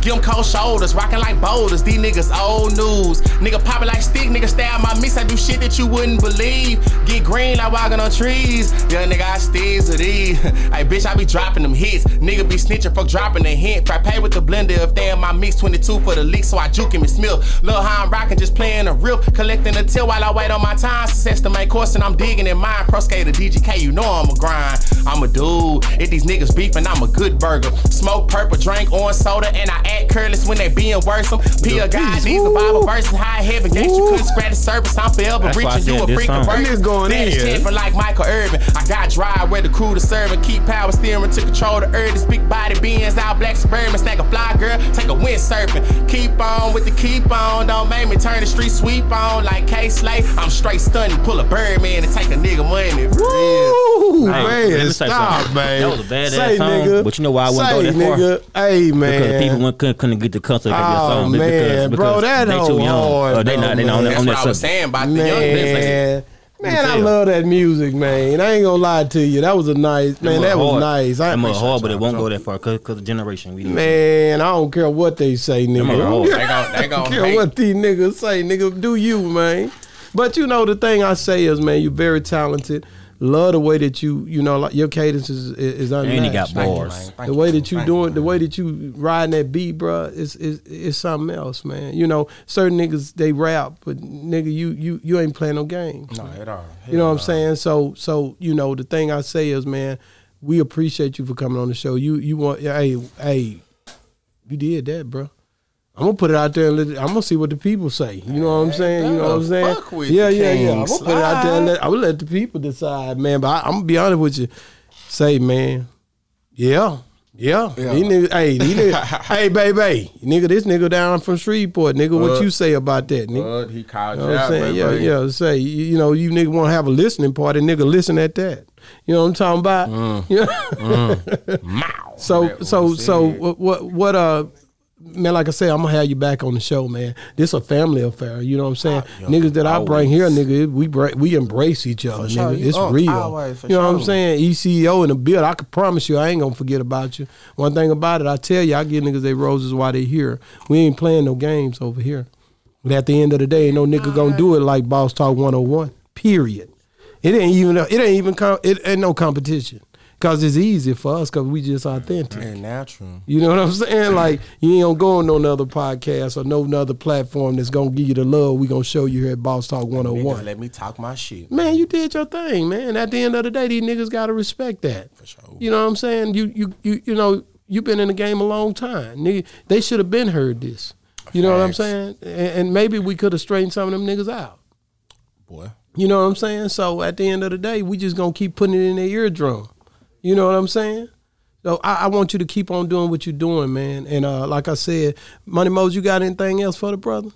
A: Give 'em cold shoulders, rockin' like boulders. These niggas old news. Nigga poppin' like stick, nigga stab my miss. I do shit that you wouldn't believe. Get green like walking on trees. Yeah, nigga, I steals to these. hey, bitch, I be dropping them hits. Nigga be snitching, fuck dropping the hint. Frappe with the blender if they in my mix. 22 for the leak, so I juke him and Smith. Lil' how I'm rockin', just playin' a riff. Collecting a till while I wait on my time. Success to my course, and I'm digging in mine. Pro skater DGK, you know I'm a grind. I'm a dude. If these niggas beefin', I'm a good burger. Smoke purple, drink orange soda, and I act careless when they being worrisome. P a guy
C: peace.
A: needs a Bible verse and high heaven. Gates you
C: Woo.
A: couldn't scratch the surface. I'm forever
B: That's why I
A: reaching you
B: said
A: a
B: this
A: freaking
B: song.
A: burger.
C: Niggas going
A: Finish
C: in.
A: different like Michael Irvin. I got drive where the crew to serve and keep power steering to control the urge. This big body beings out black suburban. Stack a fly girl, take a wind surfing. Keep on with the keep on. Don't make me turn the street sweep on like K Slay. I'm straight stunning. Pull a bird man and take a nigga money. for real.
C: Woo,
B: Hey, let
C: man,
B: me say
C: stop,
B: something.
C: man.
B: That was a badass song, but you know why I wouldn't go
C: Say,
B: that far?
C: nigga. Hey, man.
B: Because people went, couldn't, couldn't get the concert of
C: Oh,
B: your song
C: man,
B: because, because
C: bro, that
B: they
C: hoe
B: too young.
C: hard,
B: or they
C: bro,
B: not they
C: man.
B: not on, that-
A: That's
B: on
A: what
B: that
A: I was
B: subject.
A: saying about the young niggas.
C: Man, man, I
B: tell.
C: love that music, man. I ain't gonna lie to you. That was a nice man. That was
B: hard.
C: nice. I
B: That mother hard, but it
A: y'all.
B: won't go that far because the generation we live in.
C: man. I don't care what they say, nigga.
B: mother hard.
A: They gon' they
C: I
A: gon'
C: don't care
A: hate.
C: what these niggas say, nigga. Do you, man? But you know the thing I say is, man, you're very talented. Love the way that you, you know, like your cadence is is unmatched.
B: And he got
A: Thank you,
B: bars.
A: man. Thank
C: the way that you
A: Thank
C: doing, the
A: man.
C: way that you riding that beat, bruh, is is is something else, man. You know, certain niggas they rap, but nigga, you you you ain't playing no games.
A: No, at all.
C: You know what I'm saying? So so you know the thing I say is, man, we appreciate you for coming on the show. You you want hey hey, you did that, bro. I'm gonna put it out there and let it, I'm gonna see what the people say. You know what I'm saying? You know what I'm saying?
A: Fuck with
C: yeah,
A: the
C: yeah, yeah. I'm
A: King
C: gonna put it out there and let, I'm gonna let the people decide, man. But I, I'm gonna be honest with you, say, man, yeah. Yeah,
A: Yeah.
C: These niggas- hey, these niggas- hey, baby, nigga, this nigga down from Shreveport, nigga, what
A: Uh,
C: you say about that, nigga?
A: Bud, he called
C: You know what I'm saying?
A: baby.
C: Yeah, yeah. Say, you, you know, you nigga want to have a listening party, nigga, listen at that. You know what I'm talking about? Yeah.
A: Mow.
C: so,
A: Mm. That
C: so,
A: was
C: so,
A: it.
C: what, what, what, uh, man, like I say, I'm gonna have you back on the show, man. This a family affair. You know what I'm saying?
A: Ah, yo,
C: Niggas that I bring here,
A: always.
C: nigga, it- we bring, we embrace each other,
A: sure.
C: nigga.
A: You-
C: It's
A: oh,
C: real.
A: always, for
C: you know what I'm
A: sure.
C: saying? E ECO in the build. I can promise you, I ain't gonna forget about you. One thing about it, I tell you, I give niggas they roses while they here. We ain't playing no games over here. But at the end of the day, ain't no nigga gonna do it like Boss Talk 101. Period. It ain't even. It ain't even. Com- it ain't no competition. Cause it's easy for us. Cause we just authentic.
A: Very natural.
C: You know what I'm saying? Like you ain't gonna go on no another podcast or no another platform that's gonna give you the love we gonna show you here at Boss Talk
A: Nigga,
C: 101.
A: let me talk my shit.
C: Man, you did your thing, man. At the end of the day, these niggas gotta respect that.
A: For sure.
C: You know what I'm saying? You you you you know you've been in the game a long time. Nigga, they should have been heard this. You know what I'm
A: Facts.
C: saying? And, and maybe we could have straightened some of them niggas out.
A: Boy.
C: You know what I'm saying? So at the end of the day, we just gonna keep putting it in their eardrum. You know what I'm saying? So I, I want you to keep on doing what you're doing, man. And uh, like I said, Money Mose, you got anything else for the brother?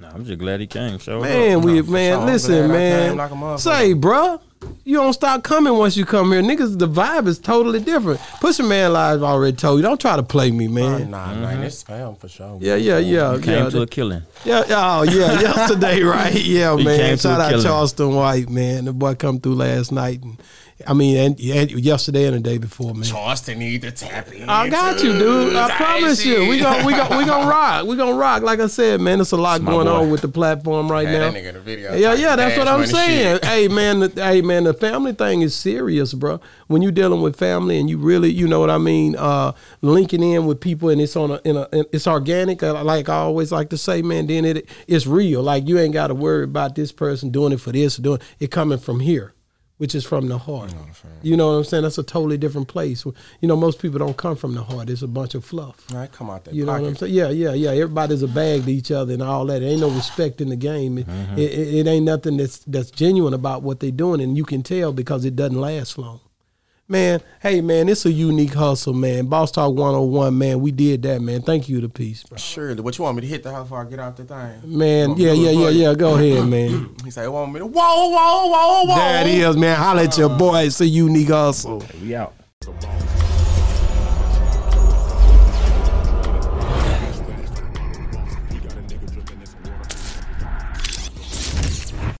B: Nah, I'm just glad he came. Show
C: Man,
B: up.
C: we
A: for
C: man,
A: sure. I'm
C: listen,
A: glad I
C: man.
A: came like a motherfucker.
C: Say, bruh, you don't stop coming once you come here. Niggas, the vibe is totally different. Pussy Man Live already told you. Don't try to play me,
A: Nah,
C: man.
A: nah, man. It's
B: Mm-hmm.
A: spam for sure.
C: Yeah, yeah, yeah.
B: He came
C: yeah.
B: to a killing.
C: Yeah, yeah, oh yeah, yesterday, right? Yeah,
B: He
C: man.
B: came to
C: Shout
B: a
C: out
B: killing.
C: Charleston White, man. The boy come through last night, and I mean, and, and yesterday and the day before, man.
A: Charleston need to tap in.
C: I got you, dude. I promise you, we gonna we gonna we gonna rock. We gonna rock. Like I said, man, it's a lot
B: my
C: going
B: boy.
C: on with the platform right
A: Had
C: now.
A: that nigga in the video
C: yeah,
A: talking
C: yeah, that's what
A: cash
C: I'm
A: money
C: saying.
A: shit.
C: hey, man, the, hey, man, the family thing is serious, bro. When you dealing with family and you really, you know what I mean, uh, linking in with people and it's on a, in a in, it's organic. uh, Like I always like to say, man, then it it's real. Like you ain't got to worry about this person doing it for this, doing it coming from here which is from the heart. You know what I'm saying? That's a totally different place. You know, most people don't come from the heart. It's a bunch of fluff.
A: Nah, come out that
C: You know
A: pocket.
C: what I'm saying? Yeah, yeah, yeah. Everybody's a bag to each other and all that. There ain't no respect in the game. It, it, it ain't nothing that's that's genuine about what they're doing, and you can tell because it doesn't last long. Man, hey man, it's a unique hustle, man. Boss Talk 101, man. We did that, man. Thank you to peace, bro.
A: Surely, what you want me to hit the how far I get out the thing?
C: Man,
A: Well,
C: yeah,
A: do it
C: yeah,
A: for
C: yeah,
A: you.
C: yeah. Go ahead, man.
A: He said, want me to whoa, whoa, whoa, whoa.
C: There it is, man. Holla at your boy. It's a unique hustle.
B: We out.